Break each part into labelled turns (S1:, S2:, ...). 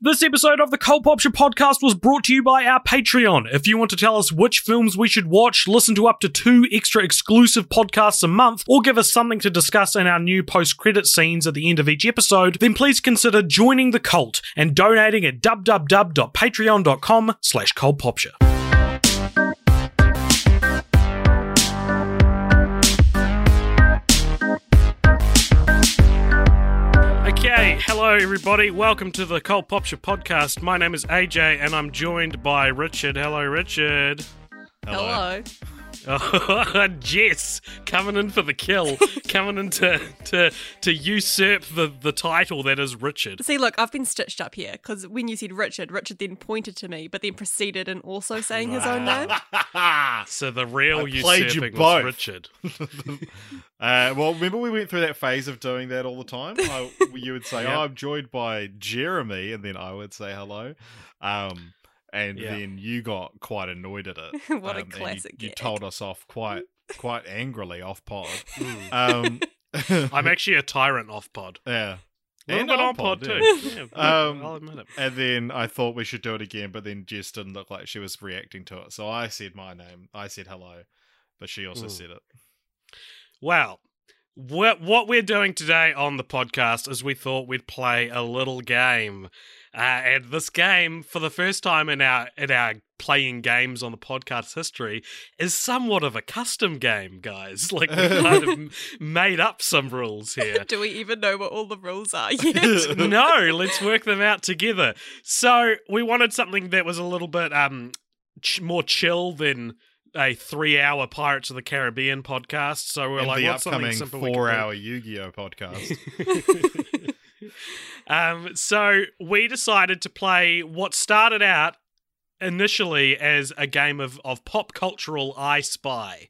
S1: This episode of the Culp Option Podcast was brought to you by our Patreon. If you want to tell us which films we should watch, listen to up to two extra exclusive podcasts a month, or give us something to discuss in our new post credit scenes at the end of each episode, then please consider joining the cult and donating at www.patreon.com slash culpopture. Okay, hello everybody. Welcome to the Cold Popture podcast. My name is AJ and I'm joined by Richard. Hello Richard.
S2: Hello.
S1: Oh, Jess coming in for the kill, coming in to to, to usurp the, the title that is Richard.
S2: See, look, I've been stitched up here because when you said Richard, Richard then pointed to me, but then proceeded in also saying his own name.
S1: So the real
S3: I played you
S1: usurping was
S3: both.
S1: Richard.
S3: Uh, well, remember we went through that phase of doing that all the time. I, you would say,
S1: Yeah.
S3: "Oh, I'm joined by Jeremy," and then I would say hello, um, and
S1: Yeah.
S3: then you got quite annoyed at it. Um,
S2: What a
S3: and you-
S2: classic
S3: You,
S2: gag.
S3: told us off quite quite angrily off pod.
S1: Mm.
S3: um,
S1: I'm actually a tyrant off pod.
S3: yeah,
S1: Little
S3: And
S1: bit
S3: on
S1: on pod,
S3: pod,
S1: too. Yeah,
S3: Um,
S1: I'll admit it.
S3: and then I thought we should do it again, but then Jess didn't look like she was reacting to it, so I said my name. I said hello, but she also
S1: Mm.
S3: said it.
S1: Well, what what we're doing today on the podcast is we thought we'd play a little game, uh, and this game, for the first time in our in our playing games on the podcast history, is somewhat of a custom game, guys. Like we kind of m- made up some rules here.
S2: Do we even know what all the rules are yet?
S1: no, let's work them out together. So we wanted something that was a little bit um ch- more chill than a three-hour Pirates of the Caribbean podcast. So we're
S3: And
S1: like,
S3: the
S1: what's something
S3: upcoming
S1: simple we can do?
S3: four-hour Yu-Gi-Oh podcast.
S1: Um, so we decided to play what started out initially as a game of, of pop cultural I Spy.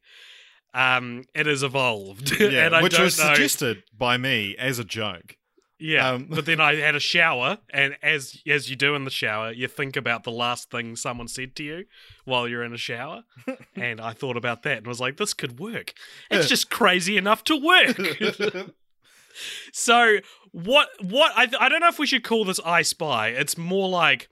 S1: Um, it has evolved,
S3: Yeah,
S1: and I
S3: which
S1: don't
S3: was
S1: know.
S3: suggested by me as a joke.
S1: yeah,
S3: um,
S1: but then I had a shower, and as as you do in the shower, you think about the last thing someone said to you while you're in a shower, and I thought about that and was like, this could work. It's just crazy enough to work. So what? What I I don't know if we should call this I Spy. It's more like,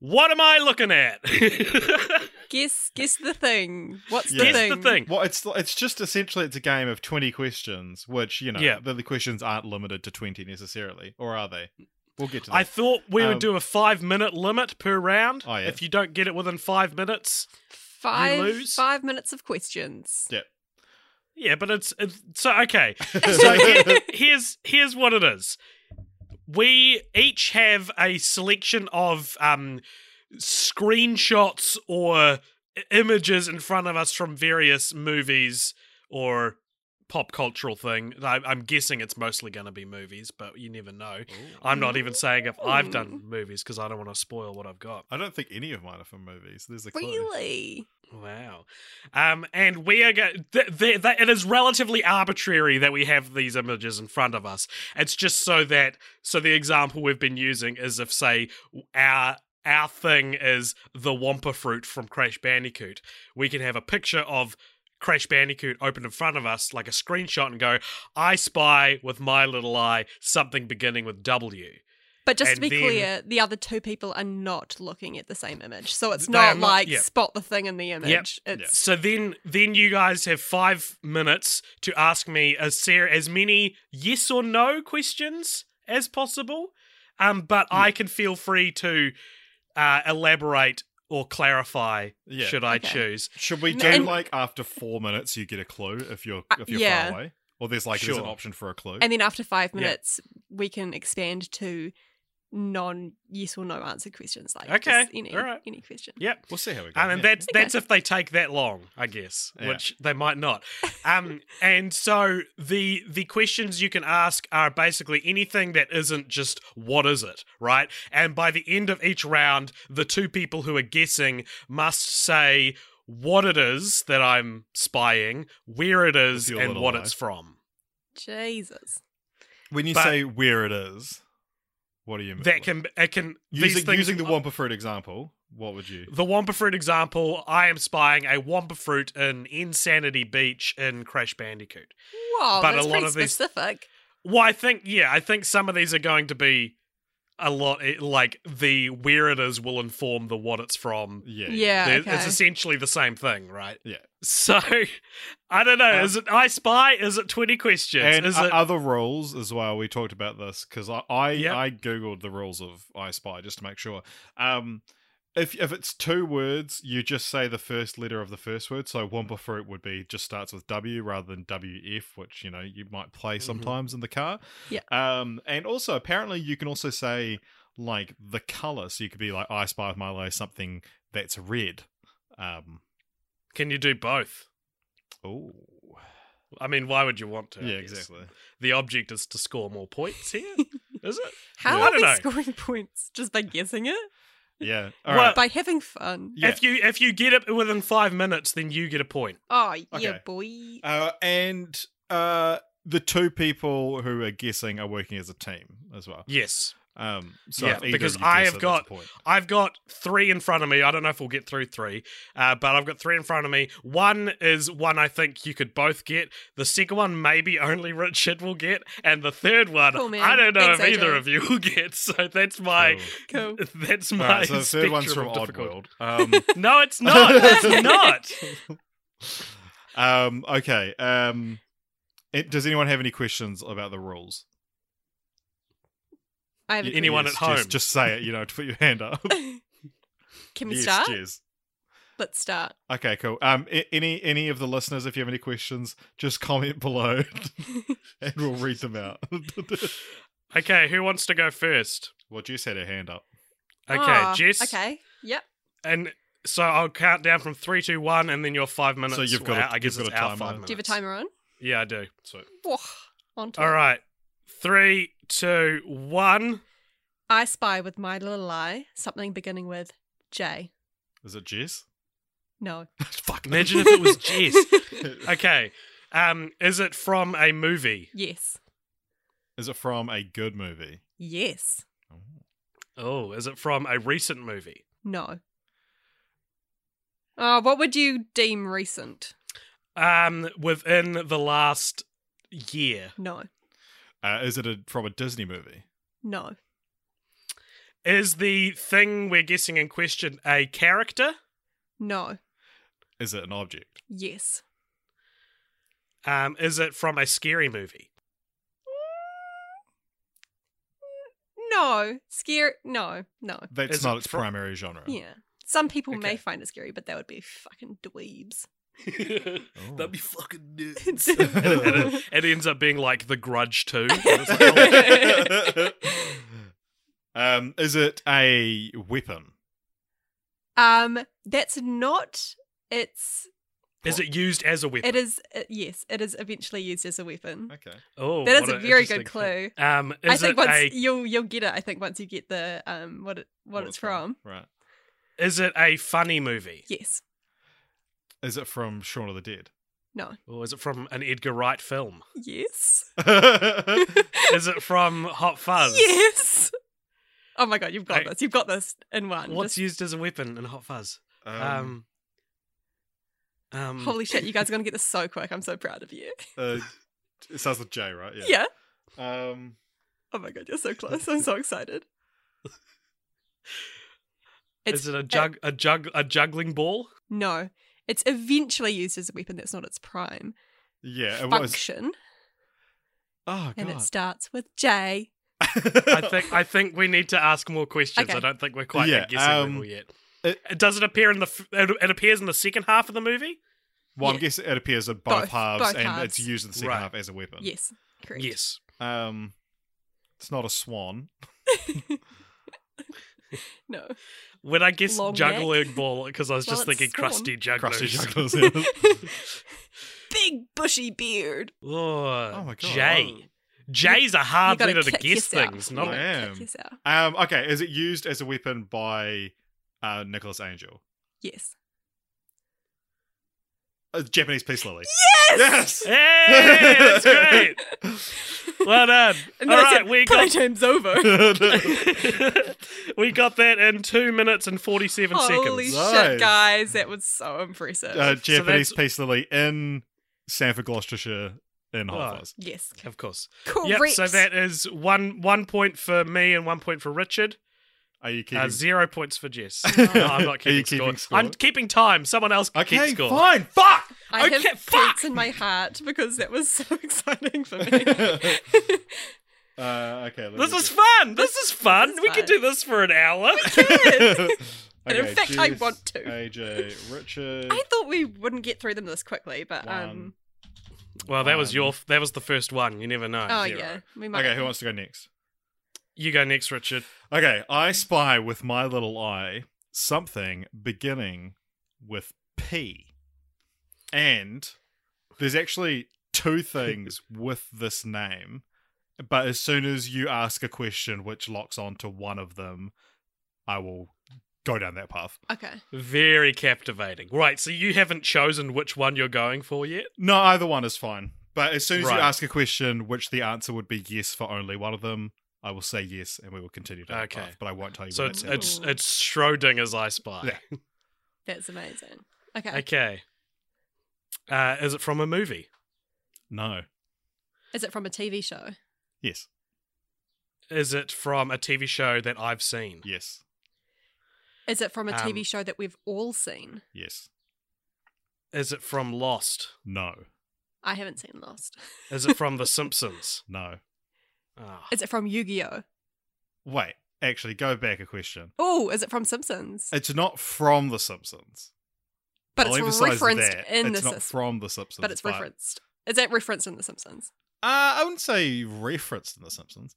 S1: what am I looking at?
S2: guess, guess the thing. What's
S3: Yeah.
S2: the
S1: Guess
S2: thing?
S1: the thing.
S3: well, it's it's just essentially it's a game of twenty questions, which you know
S1: Yeah.
S3: the, the questions aren't limited to twenty necessarily, or are they? We'll get to that.
S1: I thought we
S3: Um,
S1: would do a five minute limit per round.
S3: Oh, yeah.
S1: If you don't get it within five minutes,
S2: Five,
S1: lose.
S2: five minutes of questions.
S3: yeah.
S1: yeah. But it's, it's so okay. So here- here's here's what it is. We each have a selection of um, screenshots or i- images in front of us from various movies or pop cultural thing. I, I'm guessing it's mostly going to be movies, but you never know. I'm not even saying if I've done movies because I don't want to spoil what I've got.
S3: I don't think any of mine are from movies. There's a clue.
S2: Really?
S1: Wow. Um, and we are going. Th- th- th- it is relatively arbitrary that we have these images in front of us. It's just so that. So the example we've been using is if, say, our our thing is the Wampa fruit from Crash Bandicoot. We can have a picture of Crash Bandicoot open in front of us, like a screenshot, and go, "I spy with my little eye something beginning with W."
S2: But just
S1: And
S2: to be
S1: then-
S2: clear, the other two people are not looking at the same image. So it's
S1: They are
S2: not
S1: not-
S2: like
S1: yeah.
S2: spot the thing in the image. It's
S1: So then, then you guys have five minutes to ask me a ser- as many yes or no questions as possible. Um, but I can feel free to uh, elaborate or clarify
S3: Yeah.
S1: should I
S2: Okay.
S1: choose.
S3: Should we
S2: No,
S3: do
S2: and-
S3: like after four minutes you get a clue if you're
S2: Uh,
S3: if you're
S2: yeah.
S3: far away, or there's like there's an
S1: Sure.
S3: option for a clue?
S2: And then after five
S1: Yeah.
S2: minutes, we can expand to non yes or no answer questions. Like
S1: Okay,
S2: just any
S1: all right.
S2: any question.
S1: Yep.
S3: We'll see how we go.
S1: Um, and
S3: yeah.
S1: that's that's if they take that long, I guess,
S3: Yeah.
S1: which they might not. Um, and so the the questions you can ask are basically anything that isn't just what is it, right? And by the end of each round, the two people who are guessing must say what it is that I'm spying, where it is,
S3: your
S1: and
S3: little
S1: what
S3: lie.
S1: it's from.
S2: Jesus.
S3: when you
S1: but-
S3: say where it is, what do you mean?
S1: That can it can these
S3: using,
S1: things-
S3: using the Wampa fruit example. What would you?
S1: The Wampa Fruit example, I am spying a Wampa Fruit in Insanity Beach in Crash Bandicoot.
S2: Wow,
S1: But a
S2: that's
S1: lot
S2: pretty
S1: of these-
S2: specific.
S1: Well, I think, yeah, I think some of these are going to be a lot it- like the where it is will inform the what it's from.
S3: Yeah.
S2: Yeah,
S1: They're-
S2: okay.
S1: It's essentially the same thing, right?
S3: Yeah.
S1: So, I don't know.
S3: Um,
S1: is it I Spy? Is it 20 questions?
S3: And
S1: is
S3: o-
S1: it.
S3: other rules as well. We talked about this because I I,
S1: Yep.
S3: I googled the rules of I Spy just to make sure. Um, if if it's two words, you just say the first letter of the first word. So
S1: Mm-hmm.
S3: Wampa fruit would be just starts with W rather than WF, which you know you might play
S1: Mhm.
S3: sometimes in the car.
S2: Yeah.
S3: Um, and also apparently you can also say like the color. So you could be like I Spy with my Lay something that's red. Um.
S1: can you do both?
S3: Oh.
S1: I mean, why would you want to? I
S3: Yeah.
S1: guess?
S3: Exactly.
S1: The object is to score more points here, is it?
S2: How
S1: Yeah. I
S2: are
S1: don't
S2: we
S1: know.
S2: scoring points? Just by guessing it?
S3: Yeah. All
S1: Well-
S3: right.
S2: By having fun.
S3: Yeah.
S1: If you if you get it within five minutes, then you get a point.
S2: Oh yeah,
S3: Okay.
S2: boy.
S3: Uh, and uh, the two people who are guessing are working as a team as well.
S1: Yes,
S3: Um, so
S1: Yeah,
S3: if either
S1: because
S3: of you
S1: I
S3: guess
S1: have
S3: it, that's a
S1: got-
S3: point.
S1: I've got three in front of me. I don't know if we'll get through three, uh, but I've got three in front of me. One is one I think you could both get. The second one, maybe only Richard will get, and the third one,
S2: Cool, man.
S1: I don't know
S2: Thanks,
S1: if either
S2: AJ.
S1: of you will get. So that's my.
S2: Cool.
S1: That's
S3: Cool.
S1: my.
S3: All right, so the third one's from
S1: spectrum of difficult-
S3: Oddworld. Um,
S1: No, it's not. It's not.
S3: um, okay. Um, it, does anyone have any questions about the rules?
S2: I have a
S3: Y-
S1: Anyone
S3: yes,
S1: at home?
S3: Just, just say it. You know, to put your hand up.
S2: question. Can we
S3: yes,
S2: start?
S3: yes.
S2: Let's start.
S3: Okay, cool. Um, a- any any of the listeners, if you have any questions, just comment below, and we'll read them out.
S1: Okay, who wants to go first?
S3: well, Jess had her hand up.
S1: Okay,
S2: Ah,
S1: Jess.
S2: Okay. Yep.
S1: And so I'll count down from three, two, one, and then your five minutes.
S3: So you've got
S1: well,
S3: a-
S1: I guess
S3: you've got
S1: it's
S3: a
S1: our
S3: timer.
S1: five
S3: Do
S1: minutes.
S2: Do you have a timer on?
S1: Yeah, I do.
S3: So
S2: Whoa. On to
S1: All
S2: it.
S1: right. Three, two, one.
S2: I spy with my little eye something beginning with J.
S3: is it Jess?
S2: No.
S3: Fuck.
S1: Imagine if it was Jess. Okay. Um, is it from a movie?
S2: yes.
S3: Is it from a good movie?
S2: Yes.
S1: Oh, is it from a recent movie?
S2: No. Uh, what would you deem recent?
S1: Um, within the last year.
S2: No.
S3: Uh, is it a, from a Disney movie?
S2: No.
S1: Is the thing we're guessing in question a character?
S2: No.
S3: Is it an object?
S2: Yes.
S1: Um, is it from a scary movie?
S2: No. Scary. No. No.
S3: That's
S1: Is
S3: not
S1: it
S3: its
S1: fro-
S3: primary genre.
S2: Yeah. Some people
S1: Okay.
S2: may find it scary, but that would be fucking dweebs.
S3: Oh.
S1: That'd be fucking
S2: It's-
S1: nuts. and it, and it- it ends up being like The Grudge too.
S3: um, is it a weapon?
S2: Um, that's not. It's.
S1: Is it used as a weapon?
S2: It is. uh, yes, it is eventually used as a weapon.
S3: Okay.
S1: Oh,
S2: That is
S1: what
S2: a
S1: an
S2: very good
S1: interesting thing. Um, is
S2: I think
S1: it
S2: once
S1: a
S2: you'll you'll get it. I think once you get the um what it what, it's from.
S3: Right.
S1: is it a funny movie?
S2: Yes.
S3: Is it from Shaun of the Dead?
S1: Or is it from an Edgar Wright film?
S2: Yes.
S1: is it from Hot Fuzz?
S2: Yes. Oh my god, you've got
S1: I-
S2: this. You've got this in one.
S1: What's
S2: Just-
S1: used as a weapon in Hot Fuzz? Um, um,
S2: Holy shit, you guys are gonna get this so quick. I'm so proud of you.
S3: uh, it starts with J, right?
S2: Yeah.
S3: Yeah. Um,
S2: Oh my god, you're so close. I'm so excited. It's
S1: is it a jug a jug a juggling ball?
S2: no. It's eventually used as a weapon. That's not its prime
S3: yeah. It was.
S2: function,
S3: Oh
S2: and it
S3: god.
S2: starts with J.
S1: I think I think we need to ask more questions.
S2: Okay.
S1: I don't think we're quite
S3: Yeah,
S1: at guessing
S3: um,
S1: level yet. Uh,
S3: it-
S1: Does it appear in the? f- It, it appears in the second half of the movie.
S3: well, I'm
S2: Yeah.
S3: guessing it appears in both,
S2: Both-
S3: halves,
S2: both
S3: and
S2: halves.
S3: it's used in the second
S1: Right.
S3: half as a weapon.
S2: Yes, correct.
S1: Yes.
S3: Um, it's not a swan.
S2: no.
S1: When I guess
S2: Long
S1: juggling
S2: neck.
S1: ball, because I was
S2: Well,
S1: just
S2: it's
S1: thinking
S2: Spawn.
S1: crusty jugglers.
S3: Crusty jugglers. yeah.
S2: Big bushy beard.
S1: Oh,
S3: Oh my God.
S1: Jay. Jay's a hard
S2: You gotta
S1: letter to
S2: kick
S1: guess
S2: yourself.
S1: things.
S2: You
S1: Not
S3: I
S2: gotta
S3: am.
S2: kick yourself.
S3: Um, okay, is it used as a weapon by uh, Nicholas Angel?
S2: Yes.
S3: A Uh, Japanese peace lily.
S2: Yes!
S1: Hey, that's great. Well done.
S2: And
S1: All
S2: then I
S1: right,
S2: said,
S1: we
S2: "Play
S1: got
S2: time's over.
S1: we got that in two minutes and forty-seven
S2: Holy
S1: seconds.
S3: Nice.
S2: shit, guys. That was so impressive.
S3: uh, Japanese
S1: that's-
S3: peace lily in Sanford, Gloucestershire, in Hot
S1: Oh.
S3: Fuzz.
S2: yes.
S1: Of course.
S2: Correct.
S1: Yep. So that is one one point for me and one point for Richard.
S3: Are you keeping?
S1: Uh, zero points for Jess. No, I'm
S3: Are
S1: not keeping,
S3: you keeping
S1: score.
S3: score?
S1: I'm keeping time. Someone else can
S3: okay,
S1: keep score.
S3: fine. Fuck.
S2: I
S1: Okay,
S2: have
S1: fuck!
S2: points in my heart because that was so exciting for me.
S3: Uh, okay. let me
S1: This is
S3: just-
S1: fun. This is fun.
S2: is
S1: we can
S2: fun.
S1: do this for an hour.
S2: And in
S3: Okay,
S2: fact, I
S3: Juice,
S2: want to.
S3: AJ, Richard.
S2: I thought we wouldn't get through them this quickly, but um,
S1: well, that was
S3: Um,
S1: your. That was the first one. You never know.
S2: oh
S3: uh, zero.
S2: yeah, we might.
S3: Okay, who wants to go next?
S1: You go next, Richard.
S3: Okay, I spy with my little eye something beginning with P. And there's actually two things with this name, but as soon as you ask a question which locks onto one of them, I will go down that path.
S2: Okay,
S1: Very captivating. Right. So you haven't chosen which one you're going for yet.
S3: No, either one is fine. But as soon as
S1: Right.
S3: you ask a question which the answer would be yes for only one of them, I will say yes and we will continue down
S1: Okay.
S3: that path. But I won't tell you
S1: So
S3: when
S1: it's
S3: happening.
S1: it's it's Schrodinger's I Spy.
S3: Yeah.
S2: that's amazing. Okay,
S1: Okay. Uh, is it from a movie?
S3: No.
S2: is it from a TV show?
S3: Yes.
S1: Is it from a TV show that I've seen?
S3: Yes.
S2: Is it from a TV
S1: Um,
S2: show that we've all seen?
S3: Yes.
S1: Is it from Lost?
S3: No.
S2: I haven't seen Lost.
S1: Is it from The Simpsons?
S3: No.
S1: Ah.
S2: Is it from Yu Gi Oh?
S3: Wait, actually, go back a question.
S2: Oh, is it from Simpsons?
S3: It's not from The Simpsons.
S2: but
S3: I'll
S2: it's
S3: emphasize
S2: referenced
S3: that.
S2: in
S3: it's
S2: the
S3: not
S2: Simpsons.
S3: from The Simpsons.
S2: But it's referenced. Is that referenced in the Simpsons?
S3: Uh, I wouldn't say referenced in The Simpsons.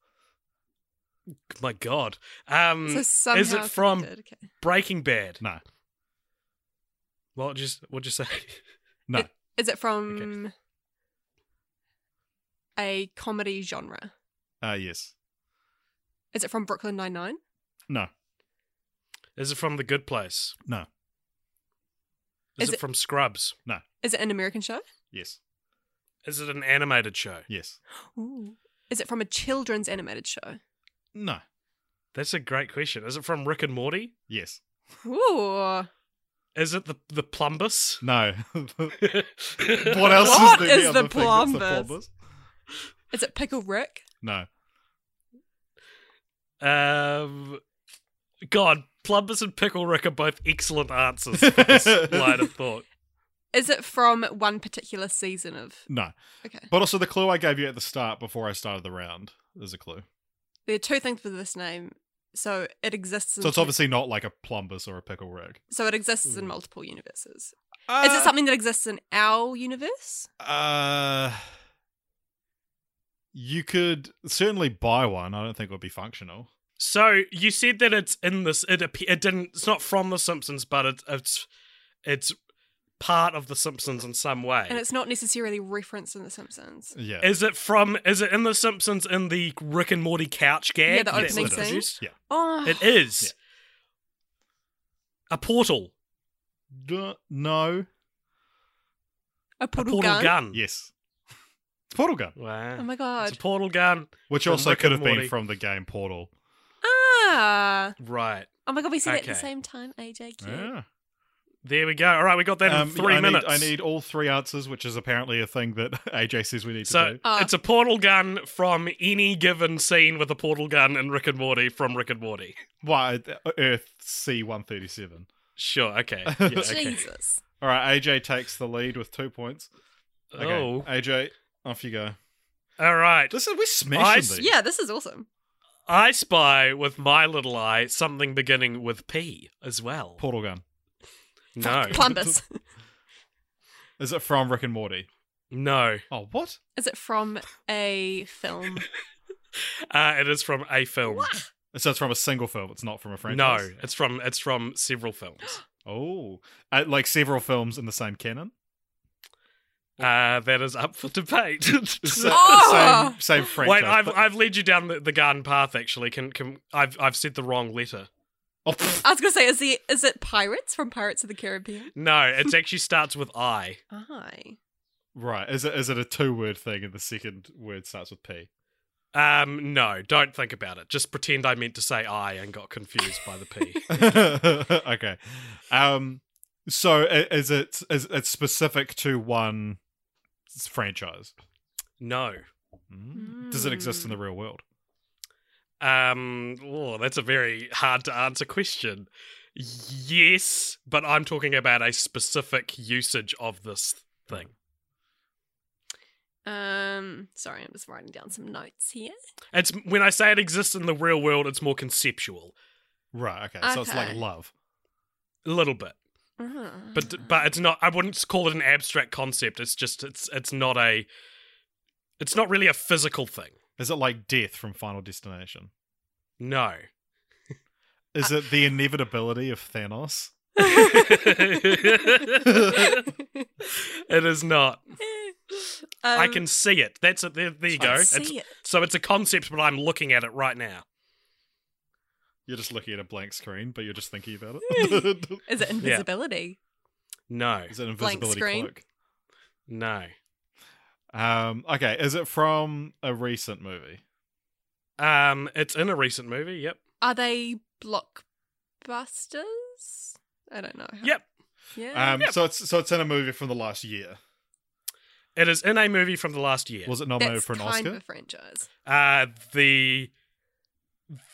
S1: My God.
S3: Mm,
S1: Um,
S2: so somehow
S1: is it from
S2: connected, Okay.
S1: Breaking Bad?
S3: No,
S1: What just what'd you say?
S3: no,
S2: It- Is it from a comedy genre?
S3: uh, yes,
S2: Is it from Brooklyn Nine Nine?
S3: no,
S1: Is it from The Good Place?
S3: no,
S1: Is,
S2: Is
S1: it,
S2: it-
S1: from Scrubs?
S2: Is it an American show?
S3: yes,
S1: Is it an animated show?
S3: yes,
S2: Ooh. Is it from a children's animated show?
S3: no,
S1: That's a great question. Is it from Rick and Morty?
S3: yes,
S2: Ooh.
S1: Is it the the Plumbus?
S3: no. what
S1: what
S3: else
S2: What
S3: is, there
S2: is
S3: other
S2: the
S3: thing that's the
S2: Plumbus?
S3: Plumbus?
S2: Is it Pickle Rick?
S3: No,
S1: Um, God, Plumbus and Pickle Rick are both excellent answers for this line of thought.
S2: Is it from one particular season of?
S3: no.
S2: Okay.
S3: But also the clue I gave you at the start before I started the round is a clue.
S2: There are two things with this name, so it exists. In
S3: So it's
S2: two-
S3: obviously not like a Plumbus or a pickle rig.
S2: So it exists in
S1: Hmm.
S2: multiple universes. Is it something that exists in our universe?
S3: Uh, you could certainly buy one. I don't think it would be functional.
S1: So you said that it's in this. It appe- it didn't. It's not from The Simpsons, but it's it's it's part of The Simpsons in some way.
S2: And it's not necessarily referenced in The Simpsons.
S3: Yeah.
S1: Is it from? Is it in The Simpsons in the Rick and Morty couch gag?
S2: Yeah, the
S1: that's
S2: opening
S1: been
S2: scene.
S1: produced?
S3: yeah.
S2: Oh,
S1: It is a portal.
S3: D- no.
S2: a
S1: A
S2: portal,
S1: portal
S2: gun.
S1: gun.
S3: Yes. It's Portal Gun,
S1: Wow.
S2: Oh my
S1: it's a
S2: god!
S1: portal gun.
S3: which
S1: From
S3: also
S1: Rick
S3: could
S1: and
S3: have been
S1: Morty.
S3: from the game Portal.
S2: Ah!
S1: Right.
S2: Oh my god, we said that at the
S1: Okay.
S2: same time, AJ. Cute.
S3: Ah,
S1: There we go. All right, we got that
S3: Um,
S1: in three
S3: I
S1: minutes.
S3: Need, I need all three answers, which is apparently a thing that AJ says we need to
S1: So
S3: do.
S2: Ah.
S1: it's a portal gun from any given scene with a portal gun in Rick and Morty from Rick and Morty.
S3: Why th- Earth C one thirty seven?
S1: Sure. Okay. Yeah, okay.
S2: Jesus.
S3: All right, AJ takes the lead with two points. Okay,
S1: Oh.
S3: AJ, off you go.
S1: All right.
S3: This is we
S1: I
S3: smashing
S1: s-
S3: these.
S2: Yeah, this is awesome.
S1: I spy with my little eye something beginning with P as well.
S3: Portal Gun.
S1: no.
S2: Plumbus.
S3: Is it from Rick and Morty?
S1: No.
S3: Oh, what?
S2: Is it from a film?
S1: Uh, it is from a film.
S3: So it's from a single film. It's not from a
S1: No,
S3: franchise.
S1: it's from it's from several films.
S3: Oh, uh, like several films in the same canon.
S1: Uh, that is up for debate.
S3: Sa-
S2: Oh!
S3: Same, same franchise.
S1: Wait, I've,
S3: but-
S1: I've led you down the, the garden path. Actually, can can I've I've said the wrong letter.
S3: Oh, pff.
S2: I was gonna say, is the is it pirates from Pirates of the Caribbean?
S1: No, it actually starts with I.
S2: I.
S3: right. Is it is it a two word thing and the second word starts with P?
S1: Um, no, don't think about it. Just pretend I meant to say I and got confused by the P.
S3: okay. Um. So i- is it is it specific to one s- franchise?
S1: No.
S3: Mm. Does it exist in the real world?
S1: Um, oh, that's a very hard to answer question. Yes, but I'm talking about a specific usage of this thing.
S2: Um, sorry, I'm just writing down some notes here.
S1: It's when I say it exists in the real world, it's more conceptual,
S3: Right. Okay. So it's like
S2: Okay.
S3: love.
S1: a little bit,
S2: Ah.
S1: but but it's not. I wouldn't call it an abstract concept. It's just it's it's not a. It's not really a physical thing.
S3: Is it like death from Final Destination?
S1: No.
S3: Is it the inevitability of Thanos?
S1: it is not. I
S2: Um,
S1: can see it. That's it. There, there you
S2: I
S1: go.
S2: see
S1: It's-
S2: it.
S1: So it's a concept, but I'm looking at it right now.
S3: You're just looking at a blank screen, but you're just thinking about it.
S2: Is it invisibility?
S1: No,
S3: Is it an
S2: Blank
S3: invisibility
S2: screen.
S3: cloak?
S1: no.
S3: Um, okay, is it from a recent movie?
S1: Um, it's in a recent movie. Yep.
S2: Are they blockbusters? I don't know.
S1: Yep.
S2: Uh, Yeah.
S3: Um, so it's so it's in a movie from the last year.
S1: It is in a movie from the last year.
S3: Was it nominated
S2: That's
S3: for an
S2: kind
S3: Oscar?
S2: of a franchise.
S1: Uh, the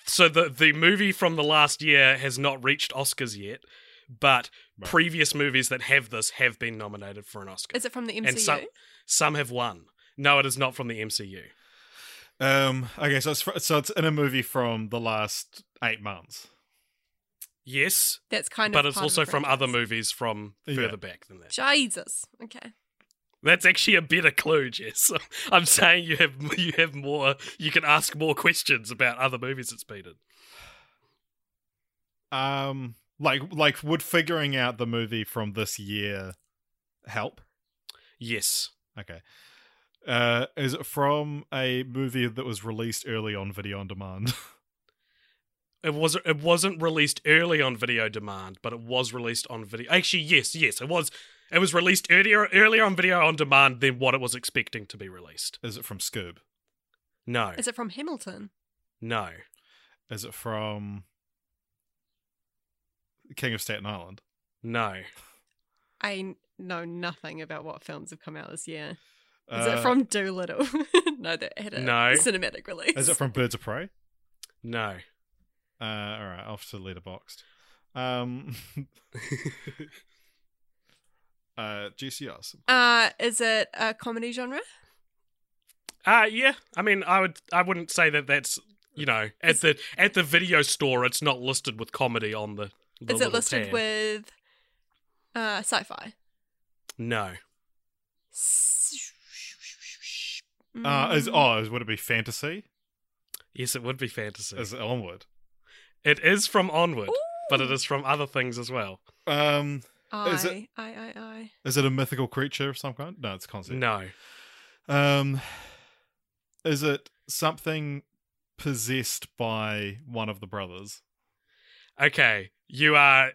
S1: so the the movie from the last year has not reached Oscars yet, but
S3: Right.
S1: previous movies that have this have been nominated for an Oscar.
S2: Is it from the MCU?
S1: And some some have won. No, it is not from the MCU.
S3: Um, okay, so it's fr- so it's in a movie from the last eight months.
S1: Yes,
S2: That's kind of.
S1: but it's
S2: part of
S1: also
S2: a
S1: from other
S2: franchise.
S1: movies from
S3: Yeah.
S1: further back than that.
S2: Jesus. Okay.
S1: That's actually a better clue, Jess. I'm saying you have you have more. You can ask more questions about other movies it's been in.
S3: Um, like like would figuring out the movie from this year help?
S1: Yes,
S3: Okay. Uh, is it from a movie that was released early on video on demand?
S1: it was. It wasn't released early on video demand, but it was released on video. Actually, yes, yes, it was. It was released earlier earlier on video on demand than what it was expecting to be released.
S3: is it from Scoob?
S1: No,
S2: Is it from Hamilton?
S1: no,
S3: Is it from King of Staten Island?
S1: no.
S2: I n- know nothing about what films have come out this year. Is
S3: Uh,
S2: it from Doolittle? no, that had a
S1: No.
S2: cinematic release.
S3: Is it from Birds of Prey?
S1: No.
S3: Uh, all right, off to letterboxed. Um, uh, GCRs.
S2: Uh, is it a comedy genre?
S1: Uh yeah. I mean, I would. I wouldn't say that that's you know at the at the video store. It's not listed with comedy on the. the
S2: is it
S1: little
S2: listed
S1: tab.
S2: with uh, sci-fi?
S1: No.
S2: Mm.
S3: Uh, is oh, is, would it be fantasy?
S1: Yes, it would be fantasy.
S3: Is it onward?
S1: It is from Onward, but it
S2: Ooh.
S1: is from other things as well.
S3: Um,
S2: I,
S3: is it-
S2: I, I, I.
S3: is it a mythical creature of some kind? No, it's a concept.
S1: No,
S3: Um, is it something possessed by one of the brothers?
S1: okay, you are.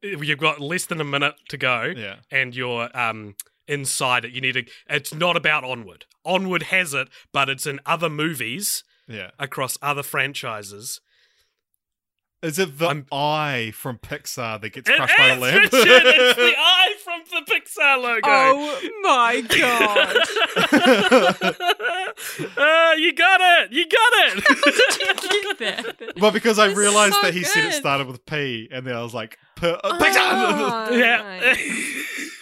S1: You've got less than a minute to go,
S3: Yeah.
S1: and you're um inside it. You need to. It's not about Onward. Onward has it, but it's in other movies
S3: Yeah.
S1: across other franchises.
S3: Is it the
S1: I'm-
S3: eye from Pixar that gets
S1: It
S3: crushed by
S1: is,
S3: the lamp?
S1: Richard, it's the eye from the Pixar logo.
S2: Oh my god!
S1: uh, you got it. You got it.
S2: Get that.
S3: Well, because I
S2: This is
S3: realized
S2: so
S3: that he said it
S2: good.
S3: started with P, and then I was like, P- uh, Pixar!
S2: Oh,
S1: yeah.
S2: nice.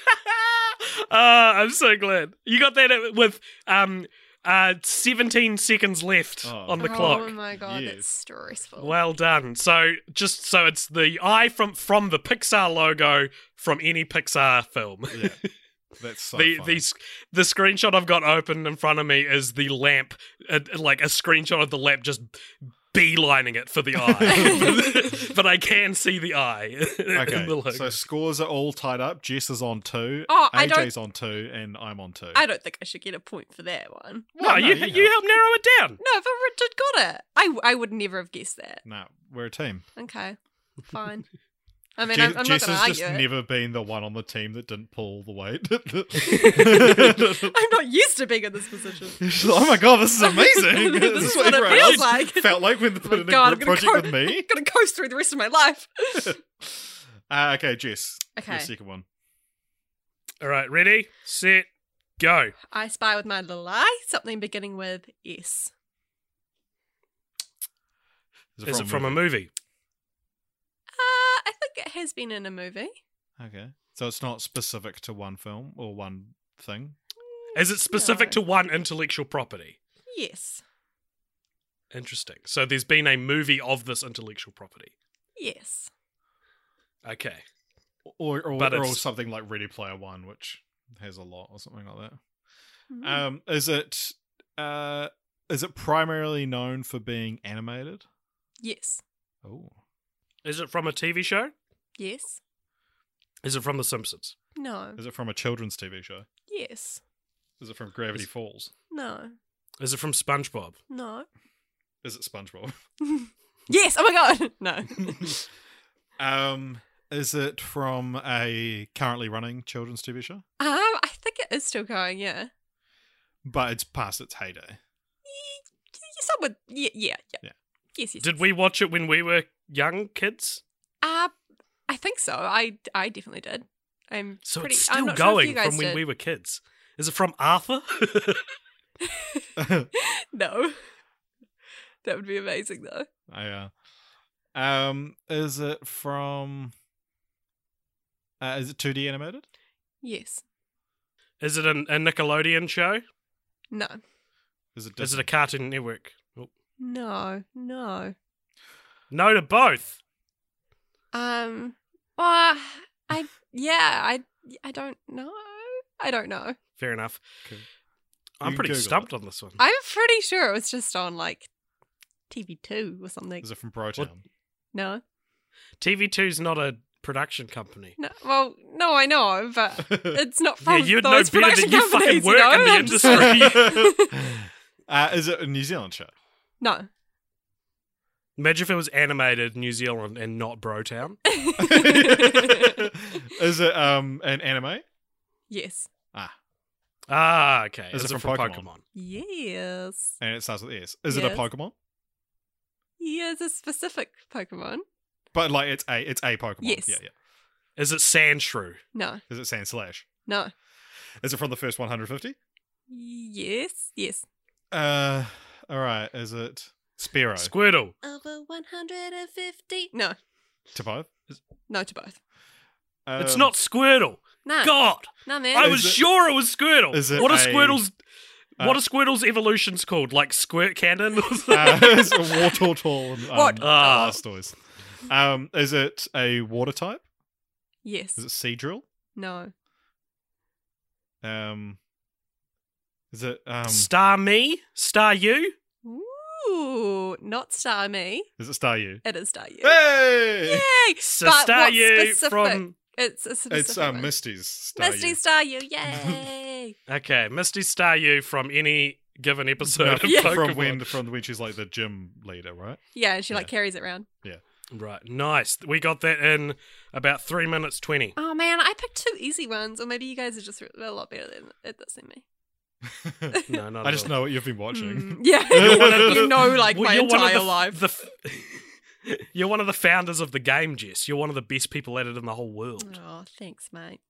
S1: Ah, I'm so glad you got that at- with um uh 17 seconds left
S3: Oh.
S1: on the
S2: oh
S1: clock.
S2: my god,
S3: Yes.
S2: that's stressful.
S1: Well done. So just so it's the eye from from the Pixar logo from any Pixar film.
S3: yeah. That's so
S1: the
S3: funny.
S1: the sc- the screenshot I've got open in front of me is the lamp, uh, like a screenshot of the lamp just beelining it for the eye, but I can see the eye. in
S3: Okay,
S1: the logo.
S3: so scores are all tied up. Jess is on two.
S2: Oh, I don't-
S3: AJ's on two, and I'm on two.
S2: I don't think I should get a point for that one.
S1: no,
S3: Well,
S1: you, you help narrow it down.
S2: No, but Richard got it. I, I would never have guessed that.
S3: Nah, we're a team.
S2: Okay, fine. I mean,
S3: Je-
S2: I'm, I'm not
S3: Jess
S2: going to
S3: has
S2: argue.
S3: just
S2: it.
S3: never been the one on the team that didn't pull the weight.
S2: I'm not used to being in this position.
S3: She's like, oh my god, this is amazing!
S2: This is
S3: what,
S2: what it
S3: everyone
S2: feels
S3: else
S2: like.
S3: felt like when they
S2: Oh
S3: put
S2: my
S3: in
S2: god,
S3: a
S2: I'm
S3: group
S2: gonna go-
S3: project with me.
S2: going to coast through the rest of my life.
S3: Uh, okay, Jess.
S2: Okay.
S3: Your second one.
S1: All right, ready, set, go.
S2: I spy with my little eye something beginning with S.
S1: Is it from a movie?
S2: Uh, I think it has been in a movie.
S3: Okay, so it's not specific to one film or one thing.
S1: Is it specific
S2: No.
S1: to one intellectual property?
S2: Yes.
S1: Interesting. So there's been a movie of this intellectual property.
S2: Yes.
S1: Okay.
S3: or or,
S1: But
S3: or
S1: it's-
S3: something like Ready Player One, which has a lot or something like that.
S2: Mm.
S3: Um, is it uh, is it primarily known for being animated?
S2: yes.
S3: Oh,
S1: Is it from a TV show?
S2: Yes.
S1: Is it from The Simpsons?
S2: No.
S3: is it from a children's TV show?
S2: Yes.
S3: Is it from Gravity
S1: Is-
S3: Falls?
S2: No.
S1: Is it from SpongeBob?
S2: No.
S3: Is it SpongeBob?
S2: Yes. Oh my god. No.
S3: um, is it from a currently running children's TV show?
S2: Um, I think it is still going. Yeah.
S3: But it's past its heyday.
S2: Some would. Yeah. Yeah. Yeah.
S3: Yeah.
S2: Yes. Yes.
S1: Did we watch it when we were young kids?
S2: Uh, I think so. I I definitely did. I'm
S1: So
S2: pretty.
S1: it's
S2: I'm
S1: still
S2: not sure if
S1: going
S2: you guys
S1: from when
S2: did.
S1: we were kids. Is it from Arthur?
S3: I
S2: No. That would be amazing though.
S3: uh, um, is it from? Uh, is it 2D animated?
S2: Yes.
S1: Is it an, a Nickelodeon show?
S2: No.
S3: Is
S1: Is
S3: it?
S1: it
S3: Disney?
S1: a Cartoon Network? Oh.
S2: No. No.
S1: No to both.
S2: Um. Well, I yeah, I I don't know. I don't know.
S1: Fair enough.
S3: Okay.
S1: I'm
S3: You
S1: pretty
S3: Google
S1: stumped
S3: it.
S1: on this one.
S2: I'm pretty sure it was just on like TV two or something.
S3: Is it from Brotown?
S2: No,
S1: TV2's not a production company.
S2: no. Well, no, I know, but it's not
S1: Yeah,
S2: from
S1: you'd know
S2: those
S1: better than
S2: production
S1: you fucking
S2: companies.
S1: work
S2: know?
S1: in the
S2: I'm just-
S1: industry.
S3: uh, is it a New Zealand show?
S2: no.
S1: Imagine if it was animated New Zealand and not Brotown.
S3: is it um an anime?
S2: yes.
S3: Ah,
S1: Ah, okay.
S3: Is it from Pokemon?
S2: Yes.
S3: and it starts with S. Is it a
S2: Yes.
S3: Pokemon?
S2: Yes, a specific Pokemon.
S3: But like it's a it's a Pokemon.
S2: Yes.
S3: Yeah, yeah.
S1: Is it Sandshrew?
S2: No.
S3: Is it Sand Slash?
S2: No.
S3: Is it from the first 150?
S2: Yes. Yes.
S3: Uh, all right. Is it Spiro?
S1: Squirtle.
S2: Over 150. No.
S3: to both?
S2: No to both.
S1: it's
S3: Um,
S1: not Squirtle.
S2: No.
S1: God,
S2: No, man.
S1: I
S3: Is
S1: was
S3: it-
S1: sure it was Squirtle.
S3: is it
S1: what are
S3: a-
S1: Squirtle's?
S3: uh,
S1: what are Squirtle's evolutions called? Like squirt cannon?
S3: Uh, it's a Wartortle. and, Um,
S2: What?
S1: Ah.
S3: Blastoise. Um, is it a water type?
S2: Yes.
S3: Is it Seadrill?
S2: No.
S3: Um, is it um?
S1: Star me? Star you?
S2: Ooh, not Star Me.
S3: is it Staryu?
S2: It is Star You.
S3: Hey!
S2: Yay!
S1: So
S2: But
S1: star
S2: what's
S1: you
S2: specific?
S1: from?
S2: It's a specific
S3: It's um,
S2: one.
S3: Misty's Staryu.
S2: Misty Star You. Yay!
S1: Okay, Misty Star you from any given episode
S3: No,
S1: of
S2: Yeah.
S1: Pokemon.
S3: From when? From when she's like the gym leader, right?
S2: yeah, and she like
S3: Yeah.
S2: carries it around.
S1: Right, nice. We got that in about three minutes twenty.
S2: Oh man, I picked two easy ones, or maybe you guys are just a lot better than at this than me.
S1: No, not
S3: I
S1: at
S3: just
S1: all. Hmm.
S3: know what you've been watching.
S2: Mm, yeah,
S3: You're one of the-
S2: you know, like
S1: Well,
S2: my
S1: you're one of
S2: entire
S1: the-
S2: life.
S1: the f- you're one of the founders of the game, Jess. You're one of the best people at it in the whole world.
S2: Oh, thanks, mate.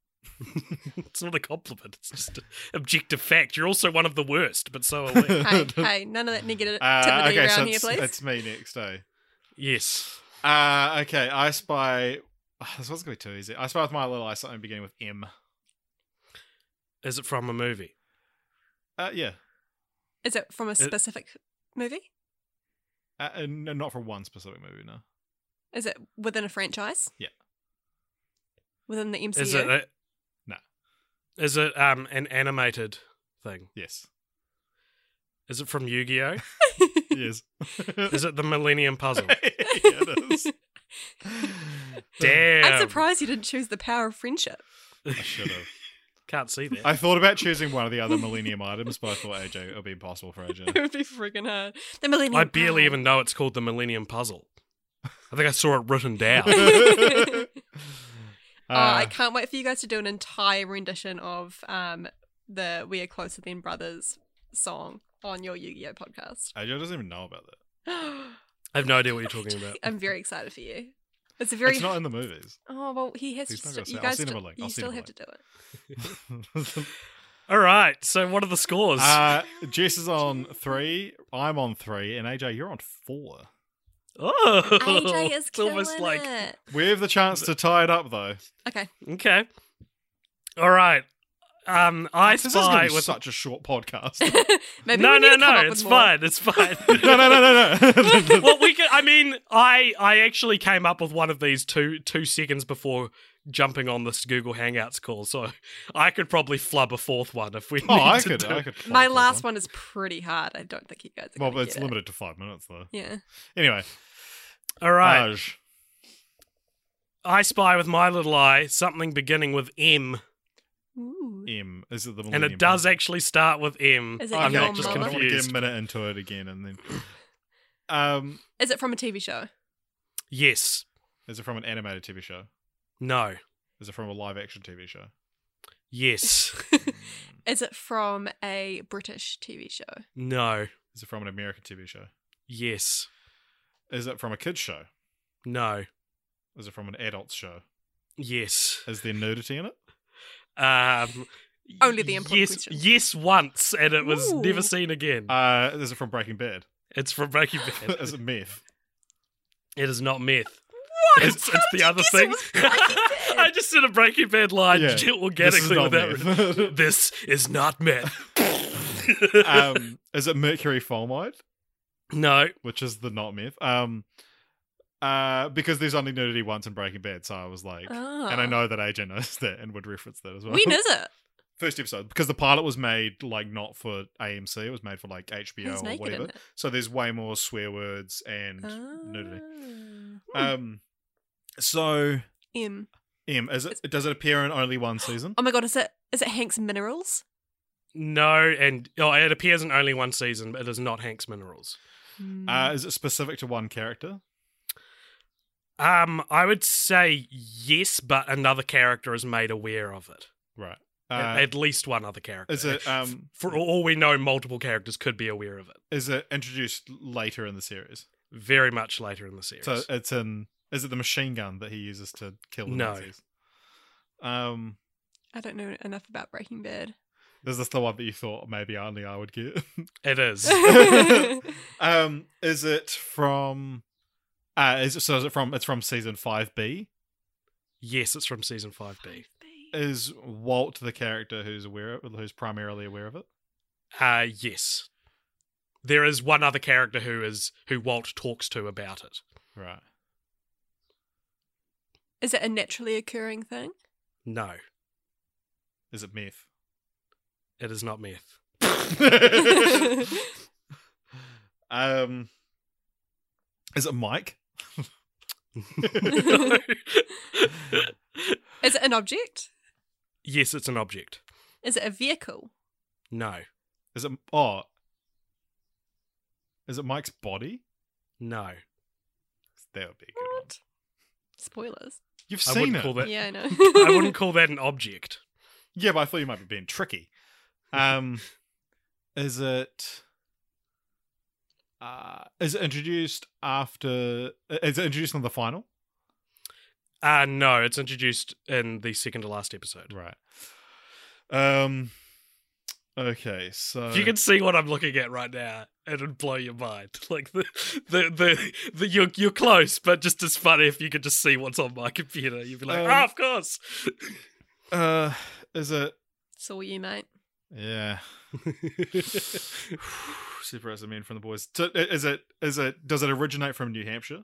S1: it's not a compliment. It's just an objective fact. You're also one of the worst, but so are we.
S2: Hey, hey, none of that negativity
S3: Uh, okay, so
S2: around here,
S3: it's,
S2: please.
S3: it's me next eh? day.
S1: yes.
S3: Uh, okay, I spy. This was gonna be too easy. I spy with my little eye something beginning with M.
S1: Is it from a movie?
S3: Uh, yeah,
S2: Is it from a specific movie?
S3: uh, and and not for one specific movie. No,
S2: Is it within a franchise?
S3: Yeah.
S2: Within the MCU?
S1: Is it? A,
S3: No.
S1: Is it um an animated thing?
S3: yes,
S1: Is it from Yu-Gi-Oh?
S3: yes.
S1: Is it the Millennium Puzzle?
S3: yeah, it is.
S1: Damn.
S2: I'm surprised you didn't choose the power of friendship.
S3: I should have.
S1: Can't see that.
S3: I thought about choosing one of the other Millennium items, but I thought AJ it would be impossible for Uh,
S2: It
S3: AJ.
S2: would be freaking hard. The millennium.
S1: I barely
S2: Power.
S1: even know it's called the Millennium Puzzle. I think I saw it written down.
S2: Oh,
S3: uh,
S2: I can't wait for you guys to do an entire rendition of um the "We Are Closer Than Brothers" song on your Yu-Gi-Oh podcast.
S3: AJ doesn't even know about that.
S1: I have no idea what you're talking about.
S2: I'm very excited for you. It's a very
S3: It's not in the movies.
S2: oh well. He has.
S3: He's
S2: To
S3: not
S2: st-
S3: gonna say.
S2: you
S3: I'll
S2: guys,
S3: send him
S2: st-
S3: a link.
S2: you
S3: I'll send
S2: still
S3: him a
S2: have to
S3: link.
S2: do it.
S1: All right. So what are the scores?
S3: uh, Jess is on three. I'm on three, and AJ, you're on four.
S1: oh,
S2: AJ is
S1: it's
S2: killing
S1: almost like
S2: it.
S3: We have the chance to tie it up, though.
S2: Okay,
S1: okay. All right. Um, I
S3: This is
S1: spy
S3: going to be
S1: with
S3: such a short podcast.
S2: maybe
S1: no,
S2: we need
S1: no,
S2: to come
S1: no.
S2: up with
S1: It's
S2: more.
S1: fine. It's fine.
S3: no, no, no, no, no.
S1: well, we could. I mean, I I actually came up with one of these two two seconds before jumping on this Google Hangouts call, so I could probably flub a fourth one if we.
S3: oh,
S1: need
S3: I
S1: to
S3: could,
S1: do
S3: I
S1: it.
S3: could. play
S2: My
S3: with
S2: last one is pretty hard. I don't think you guys. Are
S3: Well,
S2: gonna
S3: it's
S2: get it.
S3: limited to five minutes, though.
S2: Yeah.
S3: Anyway,
S1: All right.
S3: Aj.
S1: I spy with my little eye something beginning with M,
S2: Ooh.
S3: M. Is it the
S1: and it does actually start with M.
S2: Is it
S3: Okay,
S1: I'm
S2: your
S1: not just
S3: I
S2: mama?
S3: don't want to get
S1: confused.
S3: a minute into it again, and then. Um,
S2: Is it from a TV show?
S1: Yes.
S3: is it from an animated TV show?
S1: No.
S3: Is it from a live action TV show?
S1: Yes.
S3: Mm.
S2: Is it from a British TV show?
S1: No.
S3: Is it from an American TV show?
S1: Yes.
S3: Is it from a kids show?
S1: No.
S3: Is it from an adult show?
S1: Yes.
S3: Is there nudity in it?
S1: Um,
S2: Only the important
S1: yes,
S2: questions.
S1: Yes, once, and it was
S2: Ooh.
S1: never seen again.
S3: Uh, is it from Breaking Bad?
S1: it's from Breaking Bad.
S3: is it meth?
S1: it is not meth.
S2: What?
S1: It's, it's the other
S2: guess it
S1: thing.
S2: was Breaking Bad?
S1: I just did a Breaking Bad line
S3: Yeah. This is
S1: organically
S3: not
S1: without.
S3: meth.
S1: This is not meth.
S3: um, is it mercury formide,
S1: no,
S3: which is the not meth? Um, uh, because there's only nudity once in Breaking Bad, so I was like, and I
S2: Ah.
S3: know that AJ knows that and would reference that as well.
S2: When is it?
S3: First episode because the pilot was made like not for AMC, it was made for like HBO
S2: Who's naked
S3: or
S2: in
S3: whatever.
S2: it?
S3: So there's way more swear words and nudity.
S2: Ah.
S3: Um, so
S2: M.
S3: M, is it does it appear in only one season?
S2: Oh my god, is it is it Hank's Minerals?
S1: no, and oh, it appears in only one season. But it is not Hank's Minerals.
S2: Hmm. Um,
S3: Uh, is it specific to one character?
S1: Um, I would say yes, but another character is made aware of it.
S3: Right.
S1: At-
S3: Uh,
S1: at least one other character.
S3: is it um
S1: For all we know, multiple characters could be aware of it.
S3: is it introduced later in the series?
S1: Very much later in the series.
S3: So uh, it's in is it the machine gun that he uses to kill the
S1: No.
S3: Nazis? Um,
S2: I don't know enough about Breaking Bad.
S3: is this the one that you thought maybe only I would get?
S1: it is.
S3: um, is it from? Uh, is it, so is it from? It's from season five B.
S1: yes, it's from season five B.
S3: Is Walt the character who's aware of, who's primarily aware of it?
S1: Uh yes. There is one other character who is who Walt talks to about it.
S3: Right.
S2: Is it a naturally occurring thing?
S1: No,
S3: Is it meth?
S1: it is not meth.
S3: um, is it Mike?
S2: Is it an object?
S1: yes, it's an object.
S2: Is it a vehicle?
S1: No,
S3: Is it oh? Is it Mike's body?
S1: no.
S3: That would be a good one.
S2: Spoilers.
S3: You've
S1: I
S3: seen
S1: wouldn't
S3: it.
S1: call that.
S2: yeah, I know.
S1: I wouldn't call that an object.
S3: Yeah, but I thought you might be being tricky. Um, is it? Uh, is it introduced after? Is it introduced on the final?
S1: Uh no, it's introduced in the second to last episode.
S3: Right. Um. Okay, so
S1: If you can see what I'm looking at right now, it'd blow your mind. Like the the the, the you're you're close, but just as funny if you could just see what's on my computer. You'd be like,
S3: Um,
S1: ah, of course.
S3: uh, is it?
S2: Saw you, mate.
S3: Yeah. Separates the men from the boys. So, i- is it? Is it? Does it originate from New Hampshire?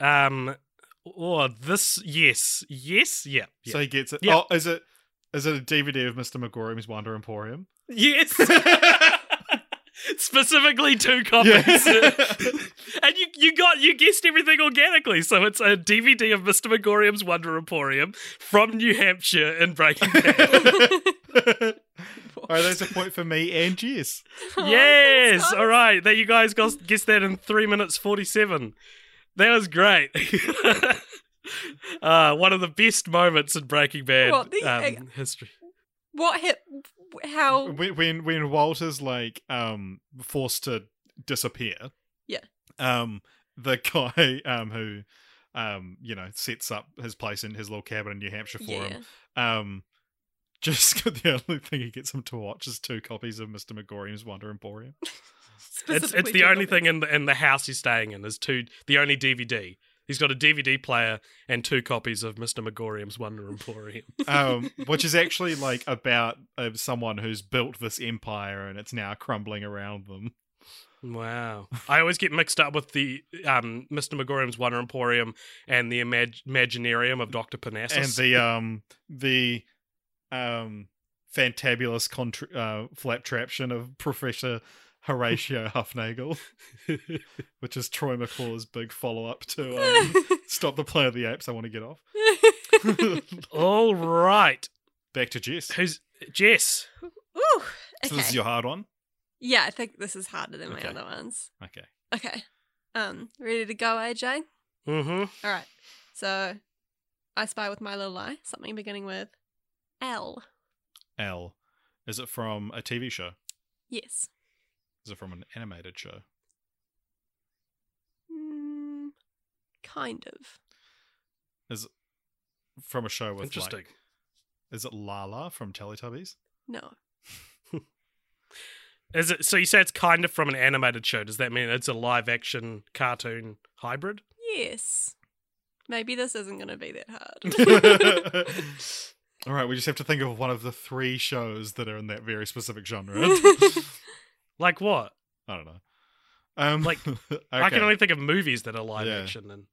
S1: Um. Or this? Yes. Yes. Yeah. yeah.
S3: So he gets it.
S1: Yeah.
S3: Oh, is it? Is it a DVD of Mr. McGorham's Wonder Emporium?
S1: yes. specifically two copies. and you you got you guessed everything organically. So it's a DVD of Mr. Megorium's Wonder Emporium from New Hampshire in Breaking Bad.
S3: Oh, there's a point for me and Jess.
S1: yes. All right. There you guys got guessed that in three minutes forty seven. That was great. uh, one of the best moments in Breaking Bad
S2: What the
S1: um,
S2: heck?
S1: history.
S2: What hit? How?
S3: When when, when Walter's like um forced to disappear.
S2: Yeah.
S3: Um, the guy um who um you know sets up his place in his little cabin in New Hampshire for him
S2: Yeah.
S3: Um, just the only thing he gets him to watch is two copies of Mr. Megorium's Wonder Emporium.
S1: It's it's the only thing in the in the house he's staying in is two the only DVD. He's got a DVD player and two copies of Mr. Megorium's Wonder Emporium.
S3: Um, which is actually like about uh, someone who's built this empire and it's now crumbling around them.
S1: Wow. I always get mixed up with the um, Mr. Megorium's Wonder Emporium and the Imag- Imaginarium of Dr. Parnassus.
S3: and the um the um fantabulous contra- uh, flaptraption of Professor Horatio Huffnagel, which is Troy McClure's big follow up to um, Stop the Play of the Apes. I want to get off.
S1: All right.
S3: Back to Jess.
S1: Who's Jess?
S2: Ooh,
S3: So this
S2: okay.
S3: is your hard one.
S2: yeah, I think this is harder than my
S3: Okay.
S2: other ones.
S3: Okay.
S2: Okay. Um, ready to go, AJ?
S1: Mm-hmm.
S2: All right. So, I spy with my little eye. Something beginning with L.
S3: L. Is it from a TV show?
S2: Yes.
S3: Is it from an animated show?
S2: Mm, kind of.
S3: From a show with like-
S1: Interesting.
S3: is it Lala from Teletubbies?
S2: No.
S1: Is it so you say it's kind of from an animated show? Does that mean it's a live action cartoon hybrid?
S2: Yes. Maybe this isn't going to be that hard.
S3: All right, we just have to think of one of the three shows that are in that very specific genre.
S1: Like what?
S3: I don't know. Um,
S1: Like,
S3: okay.
S1: I can only think of movies that are live
S3: Yeah.
S1: action and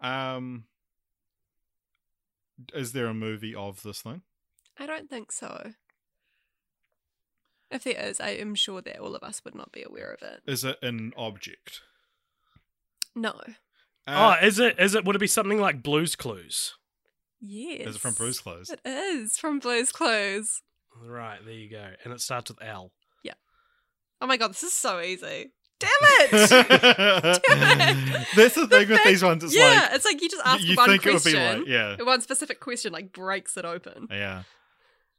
S3: um, is there a movie of this thing?
S2: I don't think so. If there is, I am sure that all of us would not be aware of it.
S3: Is it an object?
S2: No.
S3: Uh,
S1: oh, is it? Is it? Would it be something like Blue's Clues?
S2: Yes.
S3: is it from Bruce Close?
S2: It is from Blue's Clues.
S1: Right there you go, and it starts with L.
S2: Oh my god, this is so easy. Damn it! Damn it.
S3: That's the thing with
S2: fact-
S3: these ones. It's
S2: yeah,
S3: like
S2: it's like you just
S3: y-
S2: ask
S3: you
S2: one
S3: think
S2: question.
S3: it would be like, yeah,
S2: One specific question like breaks it open.
S3: Yeah.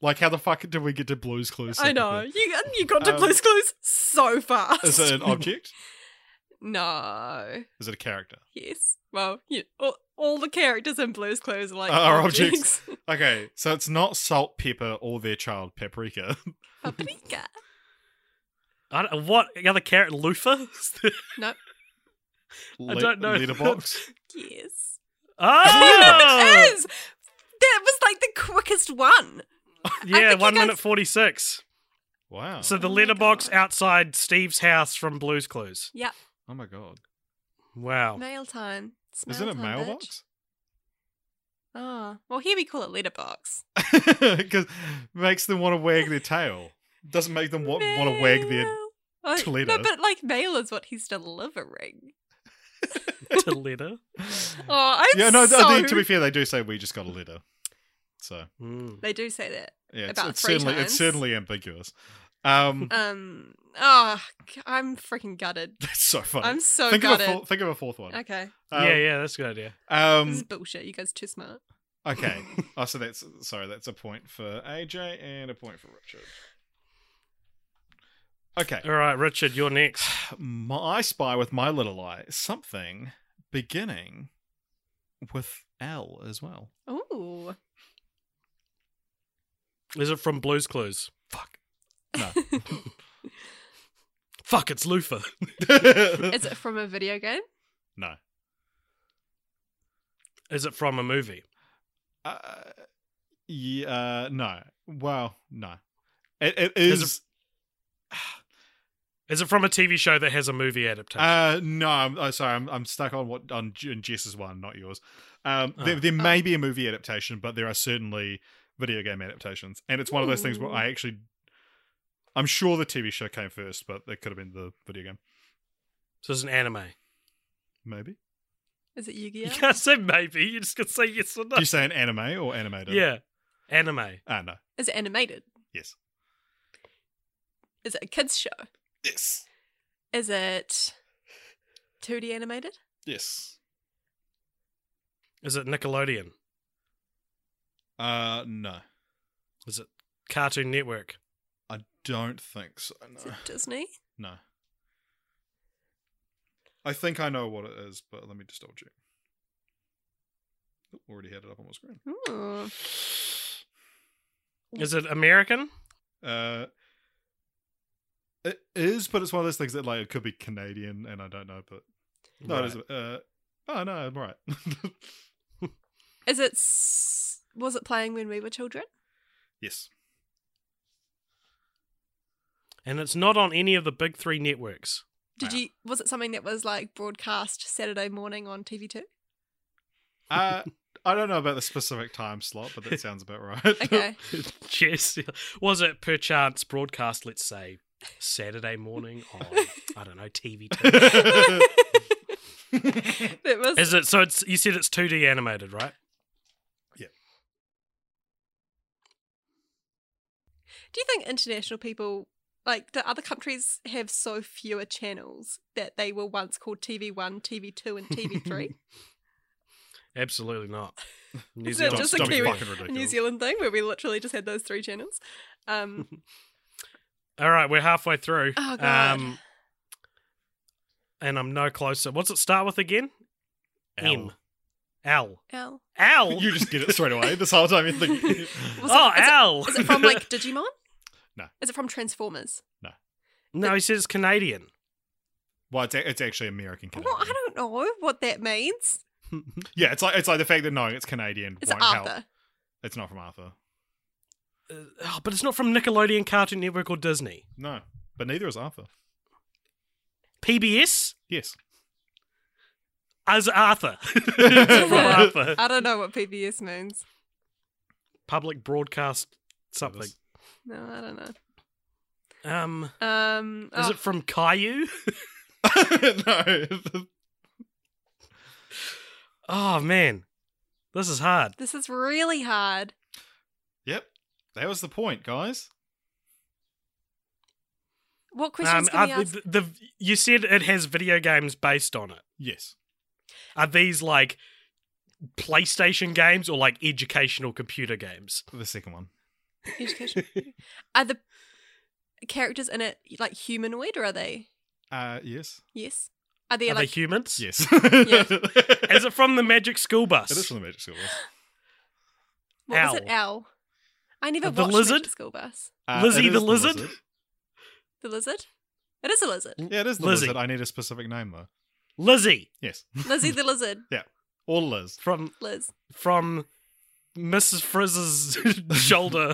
S3: Like, how the fuck did we get to Blues Clues? so
S2: I know.
S3: quickly?
S2: You you got to
S3: Um,
S2: Blue's Clues so fast.
S3: Is it an object?
S2: No.
S3: Is it a character?
S2: Yes. Well, you all, all the characters in Blue's Clues are like
S3: Are
S2: objects.
S3: Okay, so it's not salt, pepper, or their child, paprika.
S2: Paprika.
S1: I don't, what other Oh! carrot loofah?
S2: Nope.
S3: Le-
S1: don't know.
S3: Letterbox.
S2: Yes.
S1: oh,
S2: It is. That was like the quickest one.
S1: yeah,
S2: think you
S1: one
S2: guys-
S1: minute forty six.
S3: Wow.
S1: So the
S2: Oh my
S1: letterbox
S2: God.
S1: outside Steve's house from Blue's Clues.
S2: Yeah.
S3: oh my god.
S1: Wow.
S2: Mail time. It's
S3: Oh. Is it a
S2: time, bitch.
S3: mailbox?
S2: Ah, well, here we call it letterbox.
S3: Because makes them want to wag their tail. Doesn't make them want, want to wag their.
S2: Mail. Oh,
S3: Toledo.
S2: No, but like mail is what he's delivering.
S1: to letter.
S2: Oh, I'm
S3: yeah, no. I
S2: so...
S3: think, to be fair, they do say we just got a letter. So
S1: Mm.
S2: They do say that.
S3: yeah, it's,
S2: About
S3: it's
S2: three
S3: certainly it's
S2: times.
S3: certainly ambiguous. Um,
S2: Um. Oh, I'm freaking gutted.
S3: that's so funny.
S2: I'm so
S3: think of a
S2: gutted.
S3: four, think of a fourth one.
S2: Okay,
S3: Um,
S1: yeah, yeah, that's a good idea.
S3: Um,
S2: this is bullshit. You guys are too smart.
S3: Okay. oh, so that's sorry. That's a point for AJ and a point for Richard. Okay.
S1: All right, Richard, you're next.
S3: My, I spy with my little eye something beginning with L as well.
S2: Ooh.
S1: Is it from Blue's Clues?
S3: Fuck. No.
S1: Fuck, it's loofah.
S2: Is it from a video game?
S3: no.
S1: Is it from a movie?
S3: Uh, yeah. Uh, no. Well, no. It, it
S1: Is
S3: is.
S1: it- Is it from a TV show that has a movie adaptation?
S3: Uh, no, I'm oh, sorry. I'm, I'm stuck on what on J- on Jess's one, not yours. Um,
S1: Oh.
S3: there, there may be a movie adaptation, but there are certainly video game adaptations, and it's one of those things where I actually, I'm sure the TV show came first, but it could have been the video game.
S1: So it's an anime.
S3: Maybe.
S2: Is it
S1: You
S2: Yu-Gi-Oh?
S1: can't say maybe. You just gotta say yes or no.
S3: Do you say an anime or animated?
S1: yeah, anime.
S3: Ah, no.
S2: Is it animated?
S3: Yes.
S2: Is it a kids show?
S3: Yes.
S2: Is it 2D animated?
S3: Yes.
S1: Is it Nickelodeon?
S3: Uh, no.
S1: Is it Cartoon Network?
S3: I don't think so.
S2: Is
S3: No.
S2: it Disney?
S3: No. I think I know what it is, but let me just double check. Oop, already had it up on my screen.
S2: Hmm.
S1: Is it American?
S3: Uh, it is, but it's one of those things that like it could be Canadian, and I don't know. But no, it is.
S1: Right.
S3: Uh, oh no, I'm right.
S2: Is it s- was it playing when we were children?
S3: yes.
S1: And it's not on any of the big three networks.
S2: Did
S3: Wow.
S2: you was it something that was like broadcast Saturday morning on TV2?
S3: Uh, I don't know about the specific time slot, but that sounds about right.
S2: Okay.
S1: Yes. Was it perchance broadcast, let's say, Saturday morning on, I don't know, TV2?
S2: It was
S1: Is it, so it's, you said it's 2D animated, right?
S2: Do you think international people like do other countries have so fewer channels that they were once called TV One, TV Two, and TV Three?
S1: Absolutely not. New
S2: Is it
S3: Don't-
S1: Zealand.
S2: just a
S3: don't be
S2: Kiwi-
S3: fucking
S2: A
S3: ridiculous.
S2: New Zealand thing where we literally just had those three channels. Um,
S1: All right, we're halfway through. Um,
S2: Oh, God.
S1: and I'm no closer. What's it start with again?
S3: L.
S1: M. L.
S2: Al,
S1: L.
S3: You just get it straight away. This whole time you think.
S2: Was
S1: oh,
S2: it- is it-
S1: L.
S2: is it from like Digimon?
S3: No.
S2: Is it from Transformers?
S1: no, he says it's Canadian.
S3: Well, it's, a- it's actually American Canadian.
S2: Well, I don't know what that means.
S3: Yeah, it's like it's like the fact that knowing it's Canadian
S2: Is
S3: won't
S2: it Arthur?
S3: help. It's not from Arthur.
S1: Uh, oh, but it's not from Nickelodeon, Cartoon Network, or Disney.
S3: No, but neither is Arthur.
S1: PBS
S3: Yes.
S1: as Arthur. from Arthur.
S2: I don't know what PBS means.
S1: Public broadcast something.
S2: No, I don't know.
S1: Um,
S2: Um,
S1: Is
S2: oh,
S1: it from Caillou?
S3: no.
S1: Oh, man. This is hard.
S2: this is really hard.
S3: yep. That was the point, guys.
S2: What questions
S1: Um, are
S2: can we ask?
S1: the, the, you said it has video games based on it.
S3: Yes.
S1: Are these like PlayStation games or like educational computer games?
S3: The second one.
S2: Education. are the characters in it like humanoid or are they?
S3: Uh yes.
S2: Yes. Are they
S1: Are
S2: like?
S1: they humans?
S3: Yes.
S1: Is it from the Magic School Bus?
S3: It is from the Magic School Bus.
S2: what was it? Owl. I never
S1: Uh, the
S2: watched
S1: lizard?
S2: Magic School Bus.
S3: Uh,
S1: Lizzie
S3: it is
S1: the lizard?
S2: The lizard. It is a lizard.
S3: Yeah, it is the
S1: Lizzie.
S3: lizard. I need a specific name though.
S1: Lizzie
S3: Yes.
S2: Lizzie the lizard.
S3: Or Liz.
S1: from
S2: Liz.
S1: from Mrs. Frizz's shoulder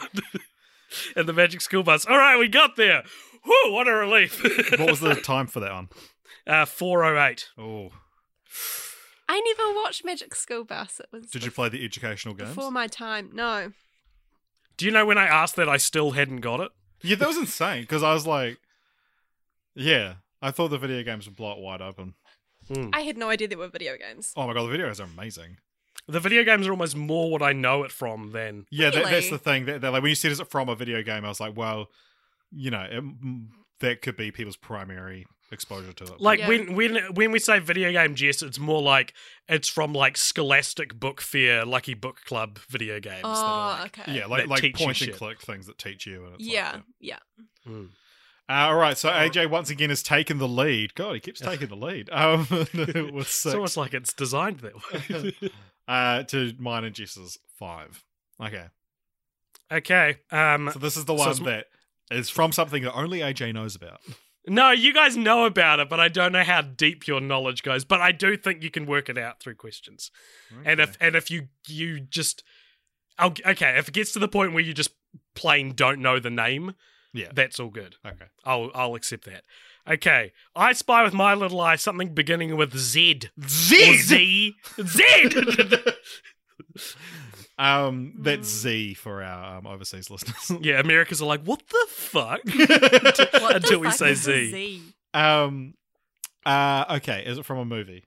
S1: in the Magic School Bus. All right, we got there. Whew, what a relief.
S3: What was the time for that one?
S1: uh, 408.
S3: Oh.
S2: I never watched Magic School Bus. It was
S3: Did you play the educational games?
S2: before my time. No.
S1: Do you know when I asked that, I still hadn't got it?
S3: Yeah, that was insane because I was like, yeah, I thought the video games would blow it wide open.
S1: Hmm.
S2: I had no idea there were video games.
S3: Oh my god, the videos are amazing.
S1: The video games are almost more what I know it from than.
S3: Yeah, that, that's
S2: Really?
S3: the thing. That, that, like when you said is it from a video game, I was like, well, you know, it, mm, that could be people's primary exposure to it.
S1: Like
S2: Yeah.
S1: when when when we say video game Jess, it's more like it's from like Scholastic Book Fair, Lucky Book Club video games. that are
S2: Oh,
S1: like-
S2: okay.
S3: yeah, like
S1: that
S3: like
S1: teach you
S3: point and
S1: shit.
S3: click things that teach you. And it's like,
S2: Yeah. yeah.
S1: Hmm.
S3: Uh, all right, so AJ once again has taken the lead. God, he keeps taking the lead. Um, with
S1: It's
S3: six,
S1: almost like it's designed that way.
S3: uh, to mine and Jess's five. Okay,
S1: okay. Um,
S3: so this is the
S1: So
S3: one
S1: it's-
S3: that is from something that only AJ knows about.
S1: no, you guys know about it, but I don't know how deep your knowledge goes. But I do think you can work it out through questions. And if and if you you just I'll, okay, if it gets to the point where you just plain don't know the name,
S3: Yeah.
S1: that's all good.
S3: okay,
S1: I'll I'll accept that. Okay, I spy with my little eye something beginning with Z. Or Z. Z.
S3: Um, that's Z for our um, overseas listeners.
S1: Yeah, Americans are like, what the fuck?
S2: What
S1: Until
S2: the
S1: we
S2: fuck
S1: say
S2: is a
S1: Z.
S2: Z?
S3: um, uh, okay. Is it from a movie,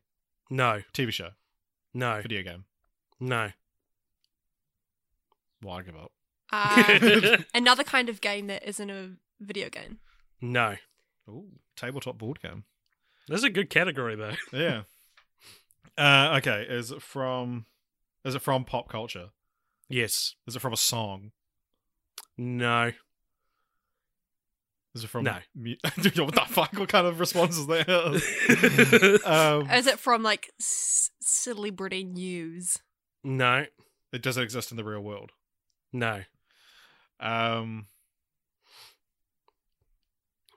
S1: No,
S3: TV show,
S1: no,
S3: video game?
S1: no.
S3: Well, I give up.
S2: Uh, another kind of game that isn't a video game.
S1: no.
S3: Ooh, tabletop board game.
S1: That's a good category, though.
S3: Yeah. uh, okay. Is it from? Is it from pop culture?
S1: Yes.
S3: Is it from a song?
S1: No.
S3: Is it from?
S1: No.
S3: mu- what the fuck? What kind of response is that? um,
S2: Is it from like s- celebrity news?
S1: no.
S3: it doesn't exist in the real world.
S1: No.
S3: Um,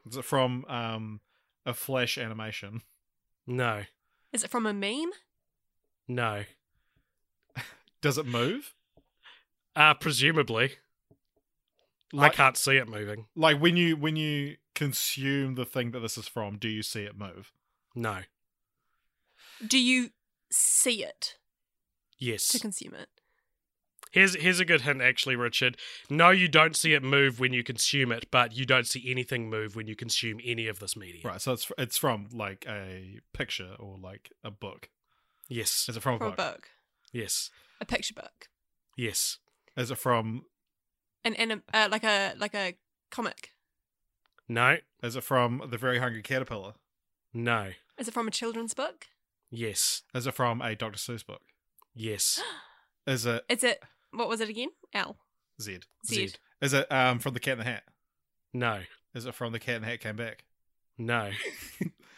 S3: is it from um, a Flash animation?
S1: No.
S2: Is it from a meme?
S1: No.
S3: Does it move?
S1: Uh, presumably. I
S3: Like, uh,
S1: can't see it moving.
S3: like when you when you consume the thing that this is from, do you see it move?
S1: No.
S2: Do you see it to
S1: Yes.
S2: consume it?
S1: Here's here's a good hint, actually, Richard. No, you don't see it move when you consume it, but you don't see anything move when you consume any of this media.
S3: Right. So it's fr- it's from like a picture or like a book.
S1: Yes.
S3: Is it from a
S2: From a
S3: book?
S2: book,
S1: Yes.
S2: a picture book,
S1: Yes.
S3: Is it from?
S2: an anim- uh, like a like a comic.
S1: No.
S3: Is it from the Very Hungry Caterpillar?
S1: No.
S2: Is it from a children's book?
S1: Yes.
S3: Is it from a Dr. Seuss book?
S1: Yes.
S3: Is it
S2: Is it what was it again? L
S3: Z?
S2: Z.
S1: Zed.
S3: Is it um from the Cat in the Hat?
S1: No.
S3: Is it from the Cat in the Hat Came Back?
S1: No.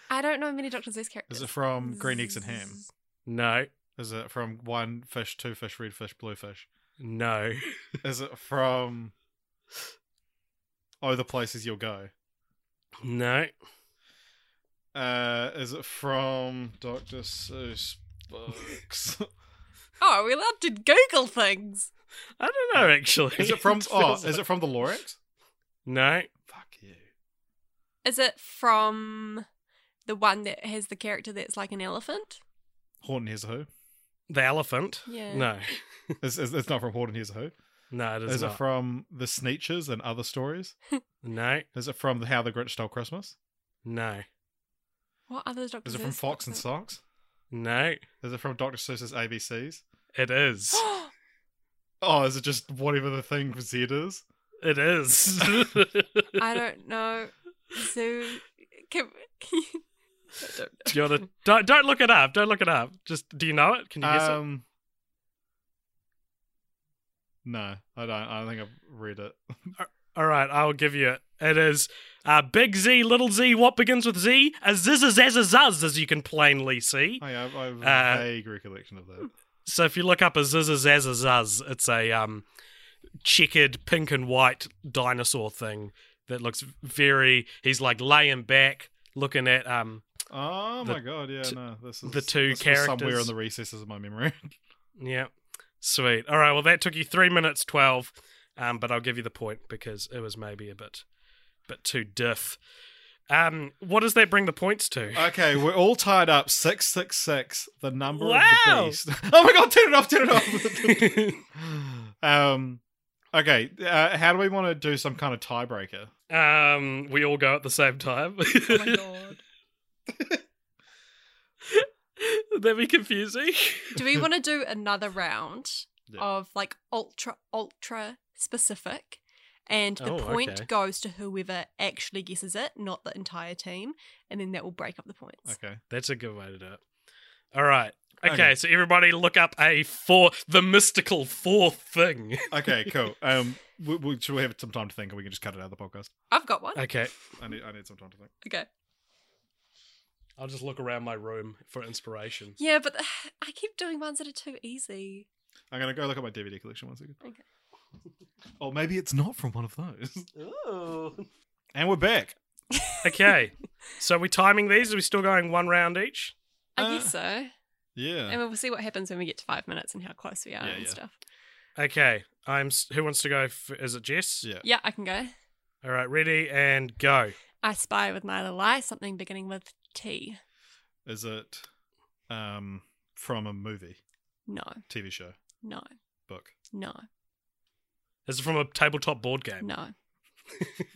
S2: I don't know many Doctor Zeus characters.
S3: Is it from Green Eggs and Ham?
S2: Z-
S1: No.
S3: Is it from one fish, two fish, red fish, blue fish?
S1: No.
S3: Is it from Oh the places you'll go?
S1: No.
S3: Uh is it from Dr. Seuss books?
S2: Oh, we're allowed to Google things.
S1: I don't know actually.
S3: is it from oh,
S1: feels
S3: is
S1: like-
S3: it from the Lorax?
S1: No.
S3: Fuck you.
S2: Is it from the one that has the character that's like an elephant?
S3: Horton Hears a Who.
S1: The elephant.
S2: Yeah.
S1: No.
S3: It's, it's, it's not from Horton Hears a Who.
S1: No, it is,
S3: is
S1: not.
S3: it from The Sneeches and Other Stories?
S1: no.
S3: Is it from How the Grinch Stole Christmas?
S1: No.
S2: What other Doctor
S3: Is it from Fox and Socks?
S1: No.
S3: Is it from Dr. Seuss's ABCs?
S1: It is.
S3: Oh, is it just whatever the thing for Z is?
S1: It is.
S2: I don't know. Zoo. Can, can you, I don't know.
S1: Do you wanna, don't don't look it up. Don't look it up. Just do you know it? Can you guess it?
S3: Um, no, I don't. I don't think I've read it.
S1: All right, I'll give you it. It is uh, big Z, little Z. What begins with Z? A zizz, a zazz, a zuzz, as you can plainly see.
S3: I have, I have a
S1: Uh,
S3: vague recollection of that.
S1: So if you look up a zizz, a zazz, a zuzz, it's a um, checkered pink and white dinosaur thing that looks very. He's like laying back, looking at um.
S3: Oh
S1: the
S3: my god! Yeah,
S1: t-
S3: no. This is
S1: the two
S3: this was somewhere in
S1: characters.
S3: the recesses of my memory.
S1: Yeah, sweet. All right, well that took you three minutes twelve, um, but I'll give you the point because it was maybe a bit, bit too diff. Um, what does that bring the points to?
S3: okay, we're all tied up. Six, six, six. The number of the
S1: Wow.
S3: beast. Oh my god! Turn it off! Turn it off! um. Okay. Uh, how do we want to do some kind of tiebreaker?
S1: Um, we all go at the same time.
S2: Oh my god.
S1: That'd be confusing.
S2: Do we want to do another round
S3: Yeah.
S2: of like ultra, ultra specific? And the
S1: Oh,
S2: point
S1: okay.
S2: goes to whoever actually guesses it, not the entire team. And then that will break up the points.
S3: Okay.
S1: That's a good way to do it. All right. Okay,
S3: Okay.
S1: so everybody look up a four, the mystical fourth thing.
S3: Okay. Cool. Um. We, we, should we have some time to think, or we can just cut it out of the podcast?
S2: I've got
S3: Uh,
S2: one.
S1: Okay,
S3: I need. I need some time to think.
S2: Okay.
S1: I'll just look around my room for inspiration.
S2: Yeah, but I keep doing ones that are too easy.
S3: I'm gonna go look at my DVD collection one second.
S2: Okay.
S3: Oh, maybe it's not from one of those.
S1: Ooh.
S3: And we're back.
S1: Okay, so are we timing these? Are we still going one round each?
S2: I
S3: Uh,
S2: guess so.
S3: Yeah.
S2: And we'll see what happens when we get to five minutes and how close we are
S3: Yeah,
S2: and
S3: yeah.
S2: stuff.
S1: Okay, I'm. s- Who wants to go? F- is it Jess?
S3: Yeah.
S2: Yeah, I can go.
S1: All right, ready and go.
S2: I spy with my little eye something beginning with T.
S3: Is it um from a movie,
S2: No,
S3: TV show?
S2: no,
S3: book?
S2: No,
S1: Is it from a tabletop board game?
S2: no.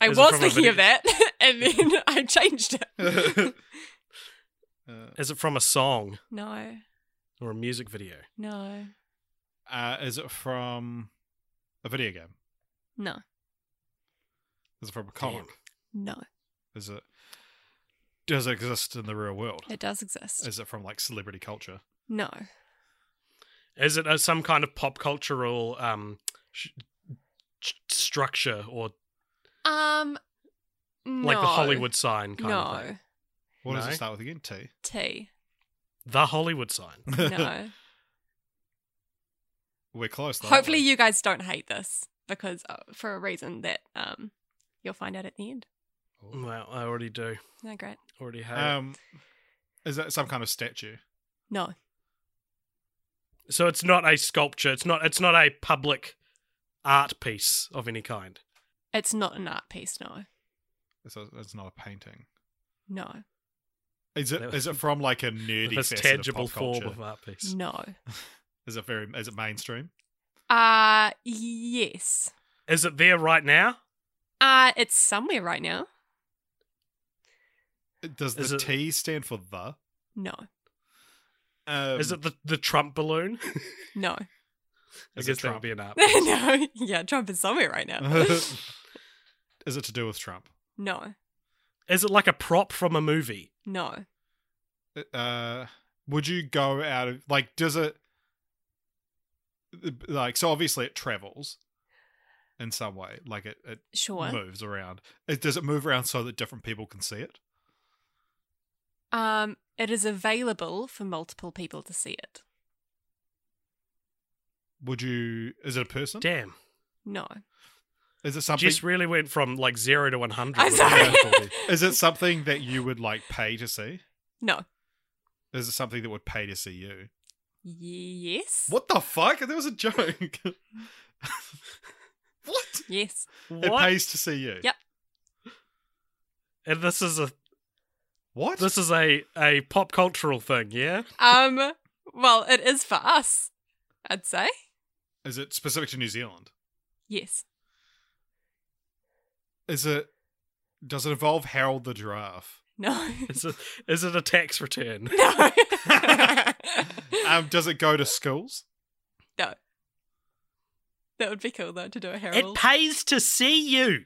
S2: I
S1: Is it
S2: was
S1: from a
S2: thinking
S1: video-
S2: of that, and then I changed it.
S3: Uh,
S1: Is it from a song
S2: no,
S1: or a music video?
S2: no,
S3: uh, is it from a video game?
S2: no,
S3: Is it from a comic?
S2: no.
S3: Is it does it exist in the real world?
S2: It does exist.
S3: Is it from like celebrity culture?
S2: No,
S1: Is it uh, some kind of pop cultural um, sh- sh- structure or
S2: um, no.
S1: like the Hollywood sign kind of
S2: No,
S1: thing?
S3: What does
S1: No.
S3: it start with again? T.
S2: T.
S1: The Hollywood sign.
S2: No.
S3: We're close. Though, aren't
S2: Hopefully,
S3: we?
S2: you guys don't hate this because uh, for a reason that um, you'll find out at the end.
S1: Well, I already do.
S2: No, great.
S1: Already have.
S3: Um, is that some kind of statue?
S2: No,
S1: so it's not a sculpture. It's not. It's not a public art piece of any kind.
S2: it's not an art piece. No,
S3: It's, a, it's not a painting.
S2: no,
S3: Is it?
S1: No.
S3: Is it from like a nerdy
S1: This
S3: facet of
S1: tangible
S3: pop
S1: form
S3: culture?
S1: of art piece.
S2: no.
S3: Is it very? Is it mainstream?
S2: Uh, yes.
S1: Is it there right now?
S2: Uh, it's somewhere right now.
S3: Does
S1: Is
S3: the
S1: it-
S3: T stand for the?
S2: No,
S3: Um,
S1: Is it the, the Trump balloon?
S2: no,
S1: I
S3: Is it
S1: guess that
S3: Trump?
S1: would be an art. piece.
S2: no. Yeah, Trump is somewhere right now.
S3: is it to do with Trump?
S2: no,
S1: Is it like a prop from a movie?
S2: no,
S3: Uh, would you go out of like? Does it? Like so, obviously it travels in some way. Like it, it
S2: sure.
S3: moves around. It, does it move around so that different people can see it?
S2: Um, it is available for multiple people to see it.
S3: Would you? Is it a person?
S1: Damn,
S2: No,
S3: Is it something?
S1: Jess really went from like zero to one hundred.
S2: I'm sorry.
S3: is it something that you would like pay to see?
S2: no.
S3: Is it something that would pay to see you?
S2: Yes.
S3: What the fuck? That was a joke. what?
S2: Yes.
S3: It
S1: what?
S3: pays to see you.
S2: Yep.
S1: and this is a
S3: What?
S1: this is a a pop cultural thing. Yeah.
S2: Um. Well, it is for us. I'd say
S3: Is it specific to New Zealand?
S2: yes.
S3: Is it? Does it involve Harold the giraffe?
S2: No.
S1: Is it is it a tax return?
S2: no.
S3: Um, does it go to schools?
S2: no. That would be cool though to do a
S1: It
S2: Herald.
S1: pays to see you.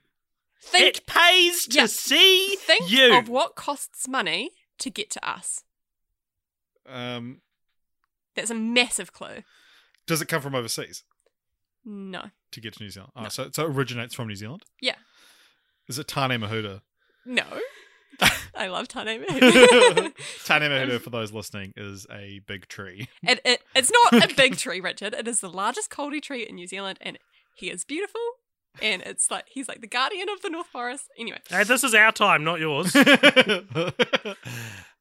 S2: think
S1: it pays to
S2: Yeah.
S1: see
S2: think
S1: you.
S2: of what costs money to get to us.
S3: Um,
S2: That's a massive clue.
S3: does it come from overseas
S2: No.
S3: to get to New Zealand? Oh, so, so it originates from New Zealand.
S2: Yeah.
S3: Is it Tane Mahuta?
S2: No. I love Tane.
S3: Tane Mahuta, for those listening, is a big tree.
S2: It, it, it's not a big tree, Richard. It is the largest kauri tree in New Zealand, and he is beautiful. And it's like he's like the guardian of the North Forest. Anyway,
S1: Hey, this is our time, not yours.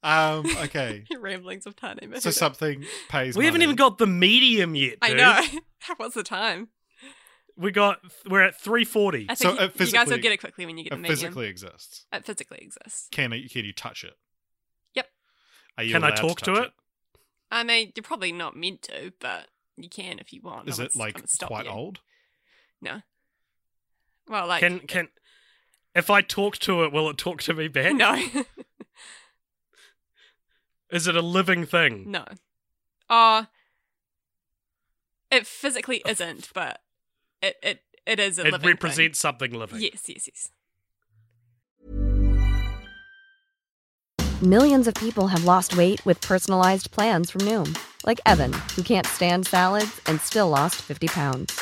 S3: um, okay.
S2: ramblings of Tane.
S3: So
S2: Mahuta.
S3: something pays.
S1: we haven't
S3: money.
S1: even got the medium yet.
S2: I
S1: dude.
S2: know. What's the time?
S1: We got we're at three forty.
S2: I
S3: So
S2: think
S3: it
S2: you, you guys will
S3: physically-
S2: get it quickly when you get the
S3: It
S2: medium.
S3: physically exists.
S2: It physically exists.
S3: Can you can you touch it?
S2: Yep.
S3: Are you
S1: Can I
S3: allowed
S1: talk to
S3: touch
S1: it?
S2: I mean, you're probably not meant to, but you can if you want.
S3: Is
S2: Oh, No one's
S3: it like
S2: gonna stop
S3: quite
S2: you.
S3: old?
S2: No. Well, like
S1: can can if I talk to it, will it talk to me back?
S2: no,
S1: Is it a living thing?
S2: no. Uh it physically isn't, but it it, it is a
S1: Oh. it
S2: living
S1: represents something living.
S2: Thing. Yes, yes, yes.
S4: Millions of people have lost weight with personalized plans from Noom, like Evan, who can't stand salads and still lost 50 pounds.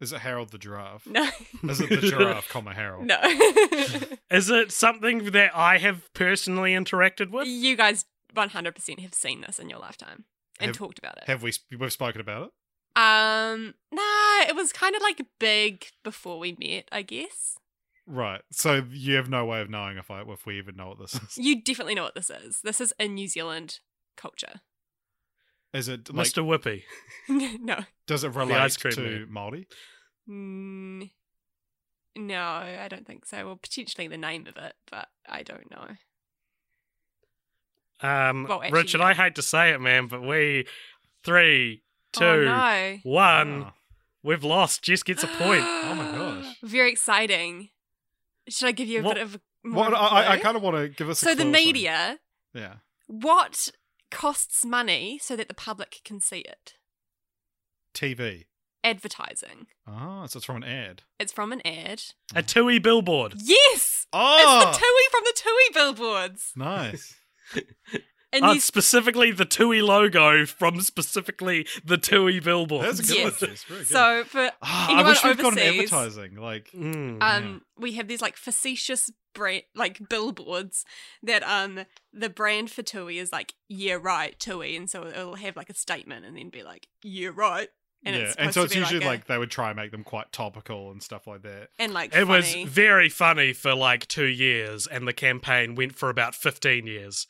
S3: Is it Harold the giraffe?
S2: No.
S3: Is it the giraffe, comma Harold?
S2: No.
S1: Is it something that I have personally interacted with?
S2: you guys 100% have seen this in your lifetime and
S3: Have-
S2: talked about it.
S3: Have we sp- we've spoken about it?
S2: um, nah, it was kind of like big before we met, I guess.
S3: Right. So you have no way of knowing if I if we even know what this is.
S2: You definitely know what this is. This is in New Zealand culture.
S3: Is it like
S1: Mr. Whippy.
S2: no.
S3: does it relate
S1: ice cream man.
S3: to Maori?
S2: Mm, no, I don't think so. Well, potentially the name of it, but I don't know.
S1: Um,
S2: Well, actually,
S1: Richard,
S2: yeah.
S1: I hate to say it, man, but we three,
S2: oh,
S1: two,
S2: no.
S1: one,
S3: Ah.
S1: we've lost. Jess gets a point.
S3: Oh my gosh.
S2: Very exciting. Should I give you a
S1: What-
S2: bit of more of
S3: What
S2: a
S3: I, I
S2: clue?
S3: kind of want to give us. a
S2: Mm, So the
S3: clue,
S2: media,
S3: Yeah.
S2: what costs money so that the public can see it?
S3: TV.
S2: Advertising.
S3: Ah, so it's from an ad.
S2: It's from an ad.
S1: a Tui billboard.
S2: Yes,
S3: Oh,
S2: it's the Tui from the Tui billboards.
S3: nice.
S2: And
S3: Ah,
S1: Uh,
S2: these
S1: specifically the Tui logo from specifically the Tui billboard.
S3: That's a good
S2: Yes.
S3: one. Jess. Very good.
S2: so for
S3: Ah, I
S2: anyone
S3: wish we'd gotten
S2: overseas-
S3: advertising. Like,
S1: Mm.
S2: um we have these like facetious brand like billboards that um the brand for Tui is like yeah right Tui and so it'll have like a statement and then be like yeah right and
S3: yeah,
S2: it's
S3: and
S2: supposed
S3: so
S2: to
S3: it's
S2: be
S3: usually
S2: a-
S3: like, they would try and make them quite topical and stuff like that.
S2: and like
S1: it was
S2: funny.
S1: very funny for like two years, and the campaign went for about 15 years.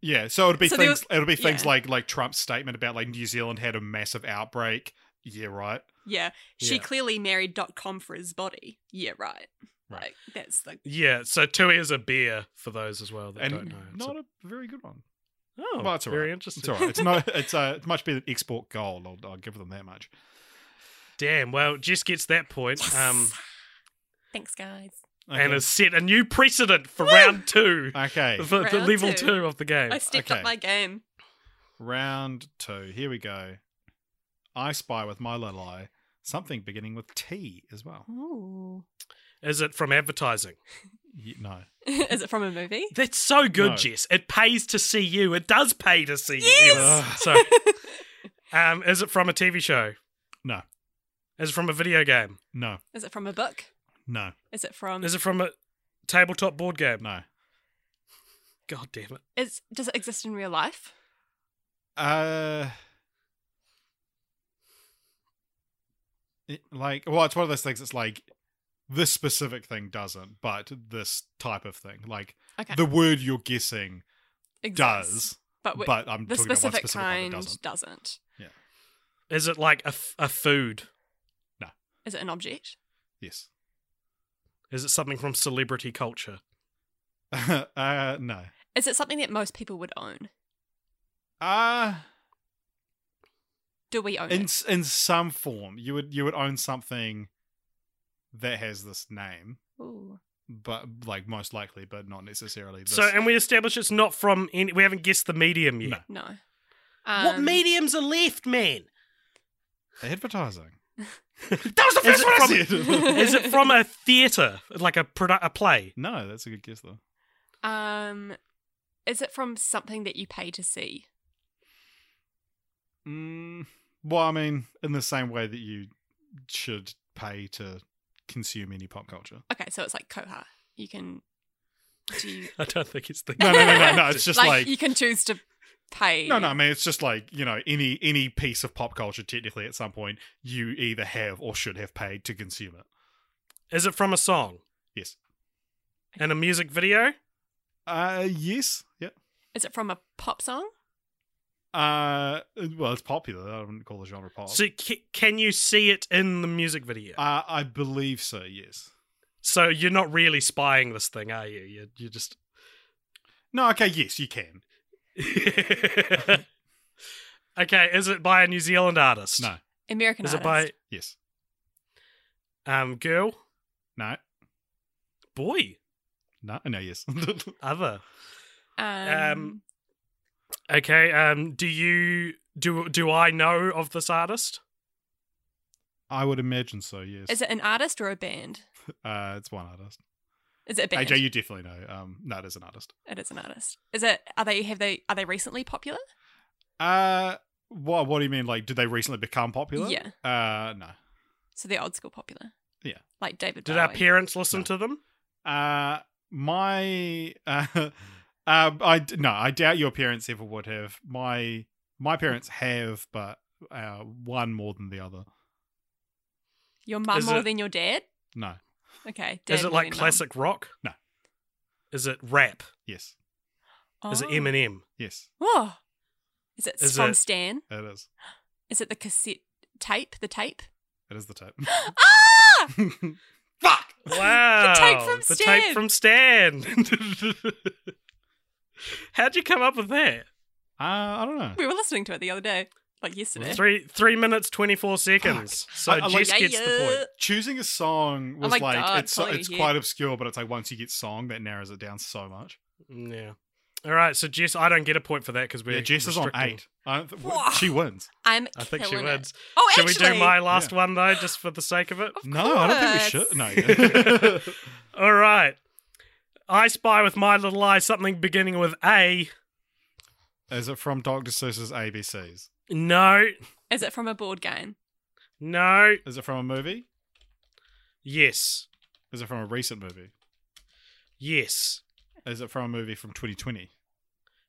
S3: Yeah, so it'd be
S2: So there
S3: things. it'll be things
S2: yeah.
S3: like like Trump's statement about like New Zealand had a massive outbreak. Yeah, right.
S2: yeah she
S3: Yeah.
S2: clearly married dot com for his body yeah right
S3: Right.
S2: like that's the
S1: Yeah, so Tui is a beer for those as well that
S3: and
S1: don't know. It's
S3: not
S1: a,
S3: a, very good one.
S1: oh,
S3: well, it's all
S1: very
S3: right.
S1: interesting.
S3: It's all right. It's not. It's uh, it's much better than export gold. I'll, I'll give them that much.
S1: Damn, well, Jess gets that point.
S2: Yes!
S1: Um,
S2: thanks guys
S3: Okay.
S1: and has set a new precedent for round two,
S3: okay,
S1: for the
S2: Round
S1: level
S2: two.
S1: two of the game.
S2: I stepped
S3: okay.
S2: up my game
S3: round two. Here we go. I spy with my little eye something beginning with T as well.
S2: Ooh.
S1: Is it from advertising?
S3: Ye- no,
S2: is it from a movie
S1: That's so good,
S3: No.
S1: Jess. It pays to see you. It does pay to see
S3: Yes!
S1: you. So, um, is it from a TV show?
S3: no,
S1: Is it from a video game?
S3: no,
S2: is it from a book
S3: no,
S2: is it from
S1: Is it from a tabletop board game?
S3: no.
S1: God damn it.
S2: is does it exist in real life
S3: Uh, it, like, well, it's one of those things. It's like this specific thing doesn't, but this type of thing, like
S2: Okay.
S3: the word you're guessing
S2: Exists.
S3: does,
S2: but, we-
S3: but I'm
S2: the
S3: talking about one
S2: specific
S3: specific one
S2: kind doesn't.
S3: that doesn't.
S1: Is it like a, f- a food?
S2: Is it an object?
S3: Yes.
S1: Is it something from celebrity culture?
S3: uh, no.
S2: Is it something that most people would own?
S3: Uh
S2: Do we own
S3: in
S2: it?
S3: s- in some form, you would you would own something that has this name,
S2: Ooh.
S3: but like most likely, but not necessarily. This.
S1: So, and we establish it's not from any, we haven't guessed the medium yet.
S2: No. Um,
S1: what mediums are left, man?
S3: advertising.
S1: That was the
S3: Is it from-
S1: Is it from a theatre, like a produ- a play?
S3: no, that's a good guess though.
S2: Um, is it from something that you pay to see?
S3: Mm, well, I mean, in the same way that you should pay to consume any pop culture.
S2: Okay, so it's like Koha. You can do you,
S1: I don't think it's the.
S3: No, no, no, no, no. It's just
S2: like,
S3: like.
S2: you can choose to pay.
S3: no, no. I mean, it's just like you know, any any piece of pop culture. Technically, at some point, you either have or should have paid to consume it.
S1: Is it from a song
S3: Yes.
S1: and a music video?
S3: Uh, yes. Yeah.
S2: Is it from a pop song?
S3: Uh, well, it's popular. I wouldn't call the genre pop.
S1: So c- can you see it in the music video?
S3: uh, I believe so. Yes.
S1: so you're not really spying this thing, are you? You you just.
S3: No. Okay. Yes, you can.
S1: okay, is it by a New Zealand artist?
S3: No.
S2: American
S1: Is it by
S2: artist.
S3: Yes.
S1: um girl,
S3: No.
S1: boy,
S3: No. No. Yes.
S1: other?
S2: um,
S1: um, Okay, um, do you do do I know of this artist?
S3: I would imagine so. Yes.
S2: is it an artist or a band?
S3: Uh, it's one artist.
S2: Is it a band?
S3: AJ, you definitely know. Um, no, it is an artist.
S2: It is an artist. Is it? Are they? Have they? Are they recently popular?
S3: Uh, what? What do you mean? Like, did they recently become popular?
S2: Yeah.
S3: Uh, no.
S2: So they're old school popular.
S3: Yeah.
S2: Like David.
S1: Did
S2: Bowie.
S3: Oh,
S1: our parents listen
S3: No.
S1: to them?
S3: Uh, my uh, uh, I d- no, I doubt your parents ever would have. My my parents have, but uh, one more than the other.
S2: Your mum
S1: Is
S2: more
S1: it-
S2: than your dad?
S3: No,
S2: Okay.
S1: Is it like classic rock?
S3: No.
S1: Is it rap?
S3: Yes.
S1: Is
S2: Oh.
S1: it Eminem?
S3: Yes.
S2: Whoa. Is it
S1: Is
S2: from
S1: it-
S2: Stan?
S3: It is.
S2: Is it the cassette tape? The tape?
S3: It is the tape. Uh,
S2: Ah!
S3: Fuck!
S1: Wow.
S2: tape from
S1: the tape
S2: Stan.
S1: from Stan. How'd you come up with that?
S3: Uh, I don't know.
S2: We were listening to it the other day, like yesterday.
S1: Three three minutes twenty four seconds. So
S3: I- I like-
S1: Jess gets the point.
S3: Choosing a song was
S2: Oh my
S3: like
S2: God,
S3: it's so-
S2: Chloe,
S3: it's
S2: yeah.
S3: quite obscure, but it's like once you get song that narrows it down so much.
S1: Mm, Yeah. All right. So Jess, I don't get a point for that because we're
S3: yeah, Jess is on
S1: restricting-
S3: eight. I don't th-
S2: Whoa.
S3: she wins.
S2: I'm
S1: I think she
S2: killing it.
S1: wins.
S2: Oh,
S1: Should
S2: actually,
S1: we do my last
S3: Yeah.
S1: one though, just for the sake of it?
S3: No, I
S2: course.
S3: don't think we should. No.
S1: All right. I spy with my little eye something beginning with A.
S3: yeah. Is it from Dr. Seuss's ABCs?
S1: No.
S2: Is it from a board game?
S1: No.
S3: Is it from a movie?
S1: Yes.
S3: Is it from a recent movie?
S1: Yes.
S3: Is it from a movie from 2020?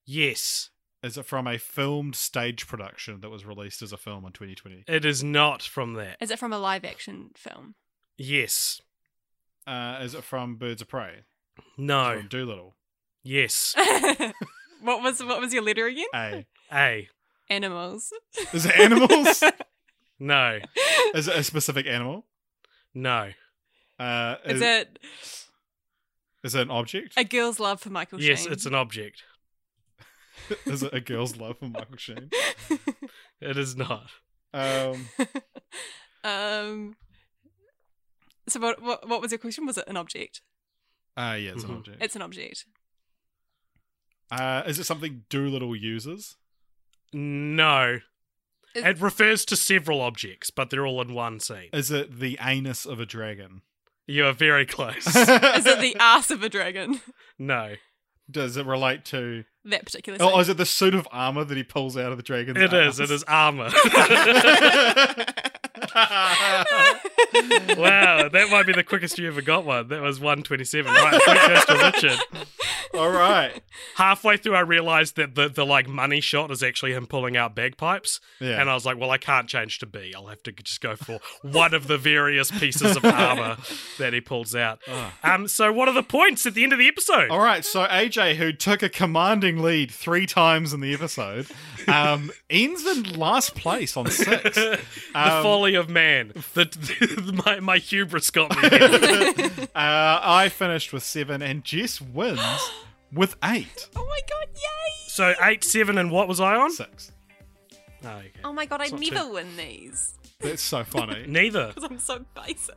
S1: Yes.
S3: Is it from a filmed stage production that was released as a film in 2020?
S1: It is not from that.
S2: Is it from a live action film?
S1: Yes.
S3: Uh, is it from Birds of Prey? Is it
S1: No.
S3: From Doolittle?
S1: Yes.
S2: what was what was your letter again?
S3: A.
S1: A.
S2: Animals.
S3: Is it animals?
S1: No.
S3: is it a specific animal?
S1: No.
S3: Uh,
S2: Is it
S3: Is it an object?
S2: a girl's love for Michael
S1: Yes,
S2: Shane?
S1: it's an object.
S3: is it a girl's love for Michael Sheen?
S1: It is not.
S3: Um,
S2: um. So what, what what was your question? Was it an object?
S3: uh, yeah, it's an
S1: Mhm.
S3: object.
S2: It's an object.
S3: Uh, is it something Doolittle uses?
S1: No.
S2: Is-
S1: It refers to several objects, but they're all in one scene.
S3: Is it the anus of a dragon?
S1: You're very close.
S2: Is it the ass of a dragon?
S1: no.
S3: Does it relate to?
S2: That particular.
S3: Oh,
S2: scene?
S3: is it the suit of armor that he pulls out of the dragon's?
S1: It is. It is armor. wow, that might be the quickest you ever got one. That was 127. Right, point goes to Richard.
S3: All right.
S1: Halfway through, I realized that the, the like money shot is actually him pulling out bagpipes,
S3: Yeah.
S1: and I was like, "Well, I can't change to B. I'll have to just go for one of the various pieces of armor that he pulls out." Um, so what are the points at the end of the episode?
S3: Ah. All right, so AJ, who took a commanding lead three times in the episode, um, ends in last place on six.
S1: the
S3: Um,
S1: folly of man. The, my, my hubris got me. here.
S3: Uh, I finished with seven, and Jess wins with eight.
S2: Oh my god! Yay!
S1: so eight, seven, and what was I on?
S3: Six.
S1: Oh, okay.
S2: Oh my god! I
S1: not
S2: never
S1: too-
S2: win these
S3: That's so funny.
S1: Neither.
S2: because I'm so basic.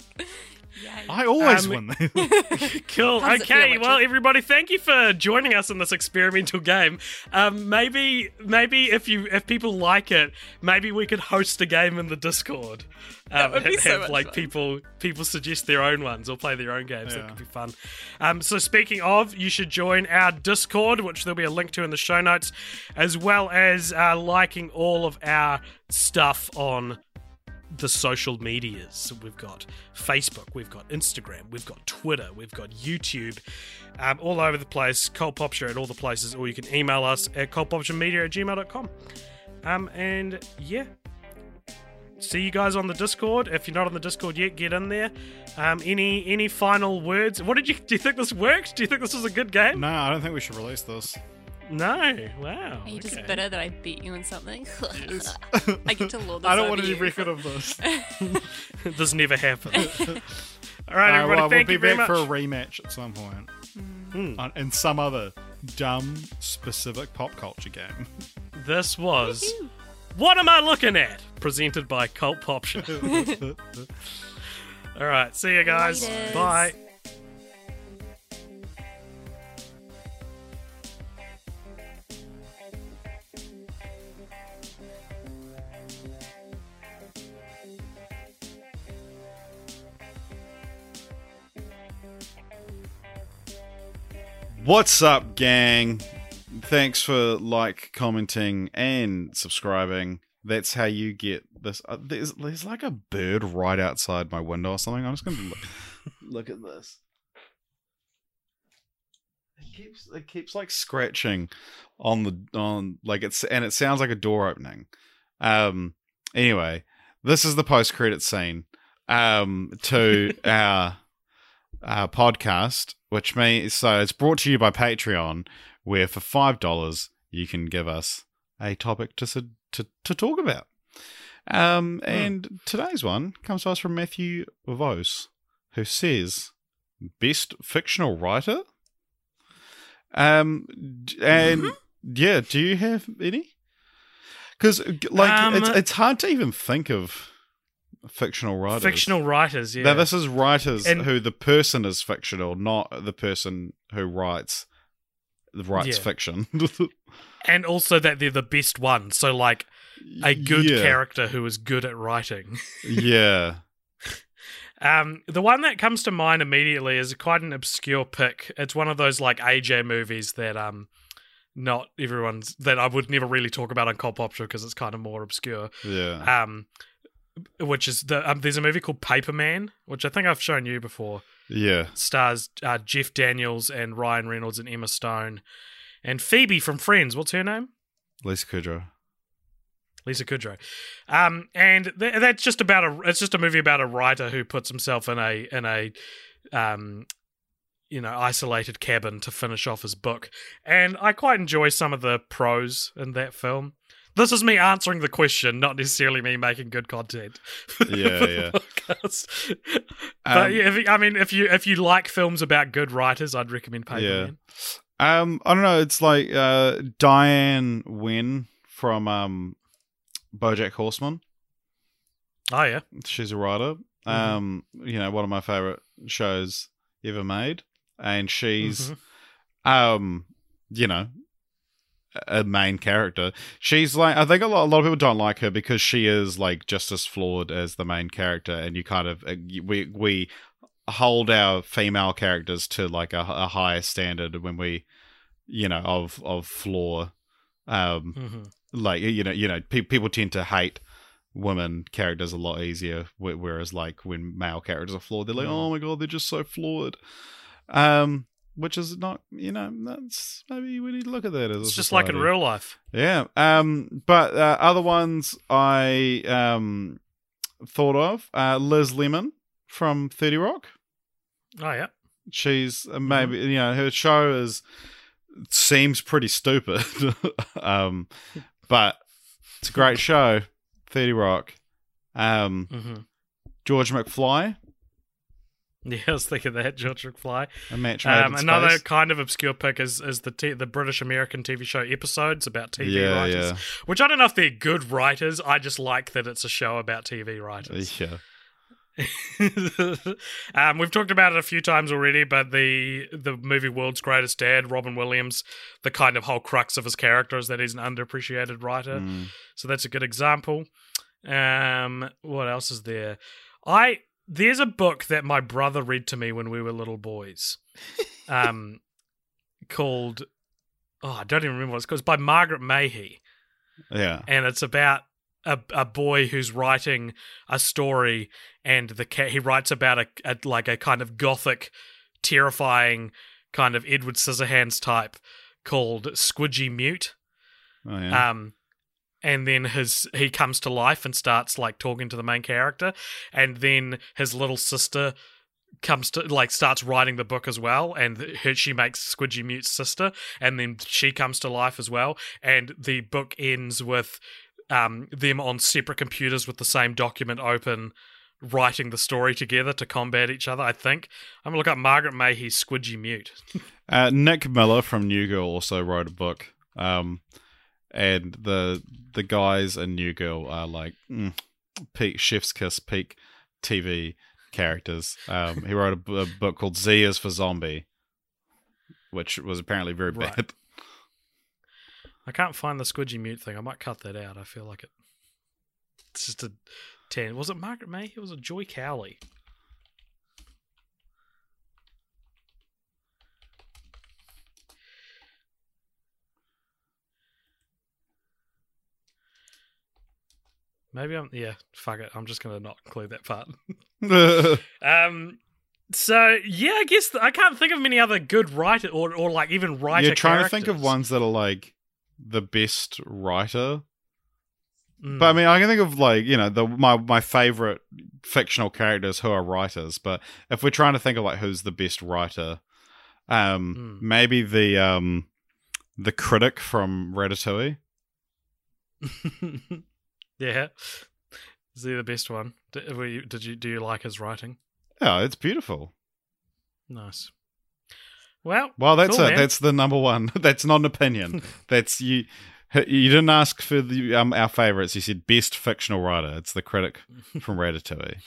S2: Yay!
S3: I always
S1: Um,
S3: win these.
S1: Cool.
S2: How does it feel,
S1: Okay.
S2: Richard?
S1: Well, everybody, thank you for joining us in this experimental game. Um, maybe, maybe if you if people like it, maybe we could host a game in the Discord. Um,
S2: would be
S1: and
S2: so
S1: have
S2: much
S1: like
S2: fun.
S1: people people suggest their own ones or play their own games.
S3: Yeah.
S1: That could be fun. Um, so speaking of, you should join our Discord, which there'll be a link to in the show notes, as well as uh, liking all of our stuff on the social medias. So We've got Facebook, we've got Instagram, we've got Twitter, we've got YouTube, um, all over the place. Cold Pop Show at all the places, or you can email us at coldpopshowmedia at gmail.com. Um, and yeah, see you guys on the Discord. If you're not on the Discord yet, get in there. Um, any any final words? What did you do? You think this worked? Do you think this was a good game?
S3: no, I don't think we should release this.
S1: No. Wow.
S2: Are you just
S1: okay.
S2: bitter that I beat you in something? I get to lord this
S3: I don't
S2: over
S3: want any
S2: you.
S3: record of this.
S1: this never happened. all right,
S3: Uh,
S1: everybody.
S3: well,
S1: thank
S3: we'll
S1: you
S3: be
S1: very
S3: back
S1: much. Hmm.
S3: for a rematch at some point, On- in some other dumb specific pop culture game.
S1: This was What Am I Looking At? presented by Cult Pop Show. All right, see you guys.
S2: Laters.
S1: Bye.
S5: What's up, gang? Thanks for like, commenting, and subscribing. That's how you get this. Uh, there's, there's like a bird right outside my window or something. I'm just gonna look, look at this. It keeps it keeps like scratching on the on like it's and it sounds like a door opening. Um. Anyway, this is the post credit scene. Um. To our
S3: uh, podcast, which means so it's brought to you by Patreon, where for five dollars you can give us a topic to su- to, to talk about. Um,
S1: Hmm.
S3: and today's one comes to us from Matthew Vos, who says, "Best fictional writer." Um, d- and
S1: Mm-hmm.
S3: yeah, do you have any? Because like
S1: Um,
S3: it's it's hard to even think of fictional writers.
S1: Fictional writers, yeah.
S3: Now this is writers
S1: And-
S3: who the person is fictional, not the person who writes writes
S1: Yeah.
S3: fiction.
S1: and also that they're the best one. So like a good
S3: yeah.
S1: character who is good at writing.
S3: Yeah.
S1: Um, the one that comes to mind immediately is quite an obscure pick. It's one of those like AJ movies that um, not everyone's that I would never really talk about on Cop Option because it's kind of more obscure.
S3: Yeah.
S1: Um, which is the um, there's a movie called Paper Man, which I think I've shown you before.
S3: Yeah.
S1: Stars uh, Jeff Daniels and Ryan Reynolds and Emma Stone, and Phoebe from Friends. What's her name?
S3: Lisa Kudrow.
S1: Lisa Kudrow, um, and th- that's just about a it's just a movie about a writer who puts himself in a in a um, you know isolated cabin to finish off his book, and I quite enjoy some of the prose in that film. This is me answering the question, not necessarily me making good content. for
S3: Yeah,
S1: the
S3: yeah.
S1: podcast.
S3: Um,
S1: but yeah, if, you- I mean, if you if you like films about good writers, I'd recommend Paper
S3: Yeah.
S1: Man.
S3: Um, I don't know. It's like uh, Diane Wynne from um, BoJack Horseman.
S1: Oh yeah,
S3: She's a writer. Um, you know, one of my favorite shows ever made, and she's
S1: Mhm.
S3: um, you know, a main character. She's like, I think a lot, a lot of people don't like her because she is like just as flawed as the main character, and you kind of uh, you- we we hold our female characters to like a, a higher standard when we, you know, of of flaw. Um,
S1: Mhm.
S3: like you know, you know, pe- people tend to hate women characters a lot easier, wh- whereas like when male characters are flawed, they're like,
S1: Mm.
S3: oh my god, they're just so flawed. Um, which is not, you know, that's maybe we need to look at that as a
S1: it's just like in
S3: society.
S1: real life.
S3: Yeah. Um, but uh, other ones I um thought of, uh, Liz Lemon from Thirty Rock
S1: Oh yeah,
S3: she's
S1: Mm.
S3: uh, maybe you know her show is seems pretty stupid um but it's a great show 30 rock um
S1: hmm
S3: george mcfly
S1: yeah. I was thinking that George McFly.
S3: a match made
S1: Um,
S3: in
S1: another
S3: space.
S1: kind of obscure pick is is the t- the British American TV show episodes about TV
S3: yeah,
S1: writers, which I don't know if they're good writers. I just like that it's a show about TV
S3: yeah
S1: writers.
S3: yeah
S1: um, we've talked about it a few times already, but the the movie World's Greatest Dad, Robin Williams, the kind of whole crux of his character is that he's an underappreciated writer.
S3: Mm.
S1: So that's a good example. Um, what else is there? I there's a book that my brother read to me when we were little boys, um, called oh I don't even remember what it's called. It's by Margaret Mayhew,
S3: yeah
S1: and it's about a, a boy who's writing a story, and the cat he writes about a, a like a kind of gothic, terrifying kind of Edward Scissorhands type called Squidgy Mute.
S3: oh yeah
S1: Um, and then his he comes to life and starts like talking to the main character, and then his little sister comes to like starts writing the book as well, and her, she makes Squidgy Mute's sister, and then she comes to life as well, and the book ends with um, them on separate computers with the same document open. Writing the story together to combat each other, I think. I'm gonna look up Margaret Mayhew's Squidgy Mute.
S3: uh, nick miller from new girl also wrote a book um and the the guys in new girl are like mm, peak chef's kiss peak tv characters um he wrote a, b- a book called z is for zombie which was apparently very
S1: Right.
S3: bad
S1: I can't find the squidgy mute thing. I might cut that out. I feel like it. It's just a ten. Was it Margaret May? It was a Joy Cowley. Maybe I'm. Yeah, fuck it. I'm just gonna not include that part. Um. So yeah, I guess th- I can't think of many other good writer or or like even writer.
S3: you're trying to think of
S1: characters.
S3: ones that are like the best writer
S1: Hmm.
S3: But I mean, I can think of like you know the my my favorite fictional characters who are writers. But if we're trying to think of like who's the best writer, um,
S1: Mm.
S3: maybe the um the critic from Ratatouille.
S1: mean, yeah, is he the best one? Did, were you, did you do you like his writing?
S3: Yeah, it's beautiful.
S1: Nice. Well,
S3: Well, that's
S1: cool,
S3: it.
S1: man.
S3: That's the number one. that's not an opinion. that's you. You didn't ask for the um our favorites.
S1: hmm.
S3: You said best fictional writer. It's the critic from Ratatouille.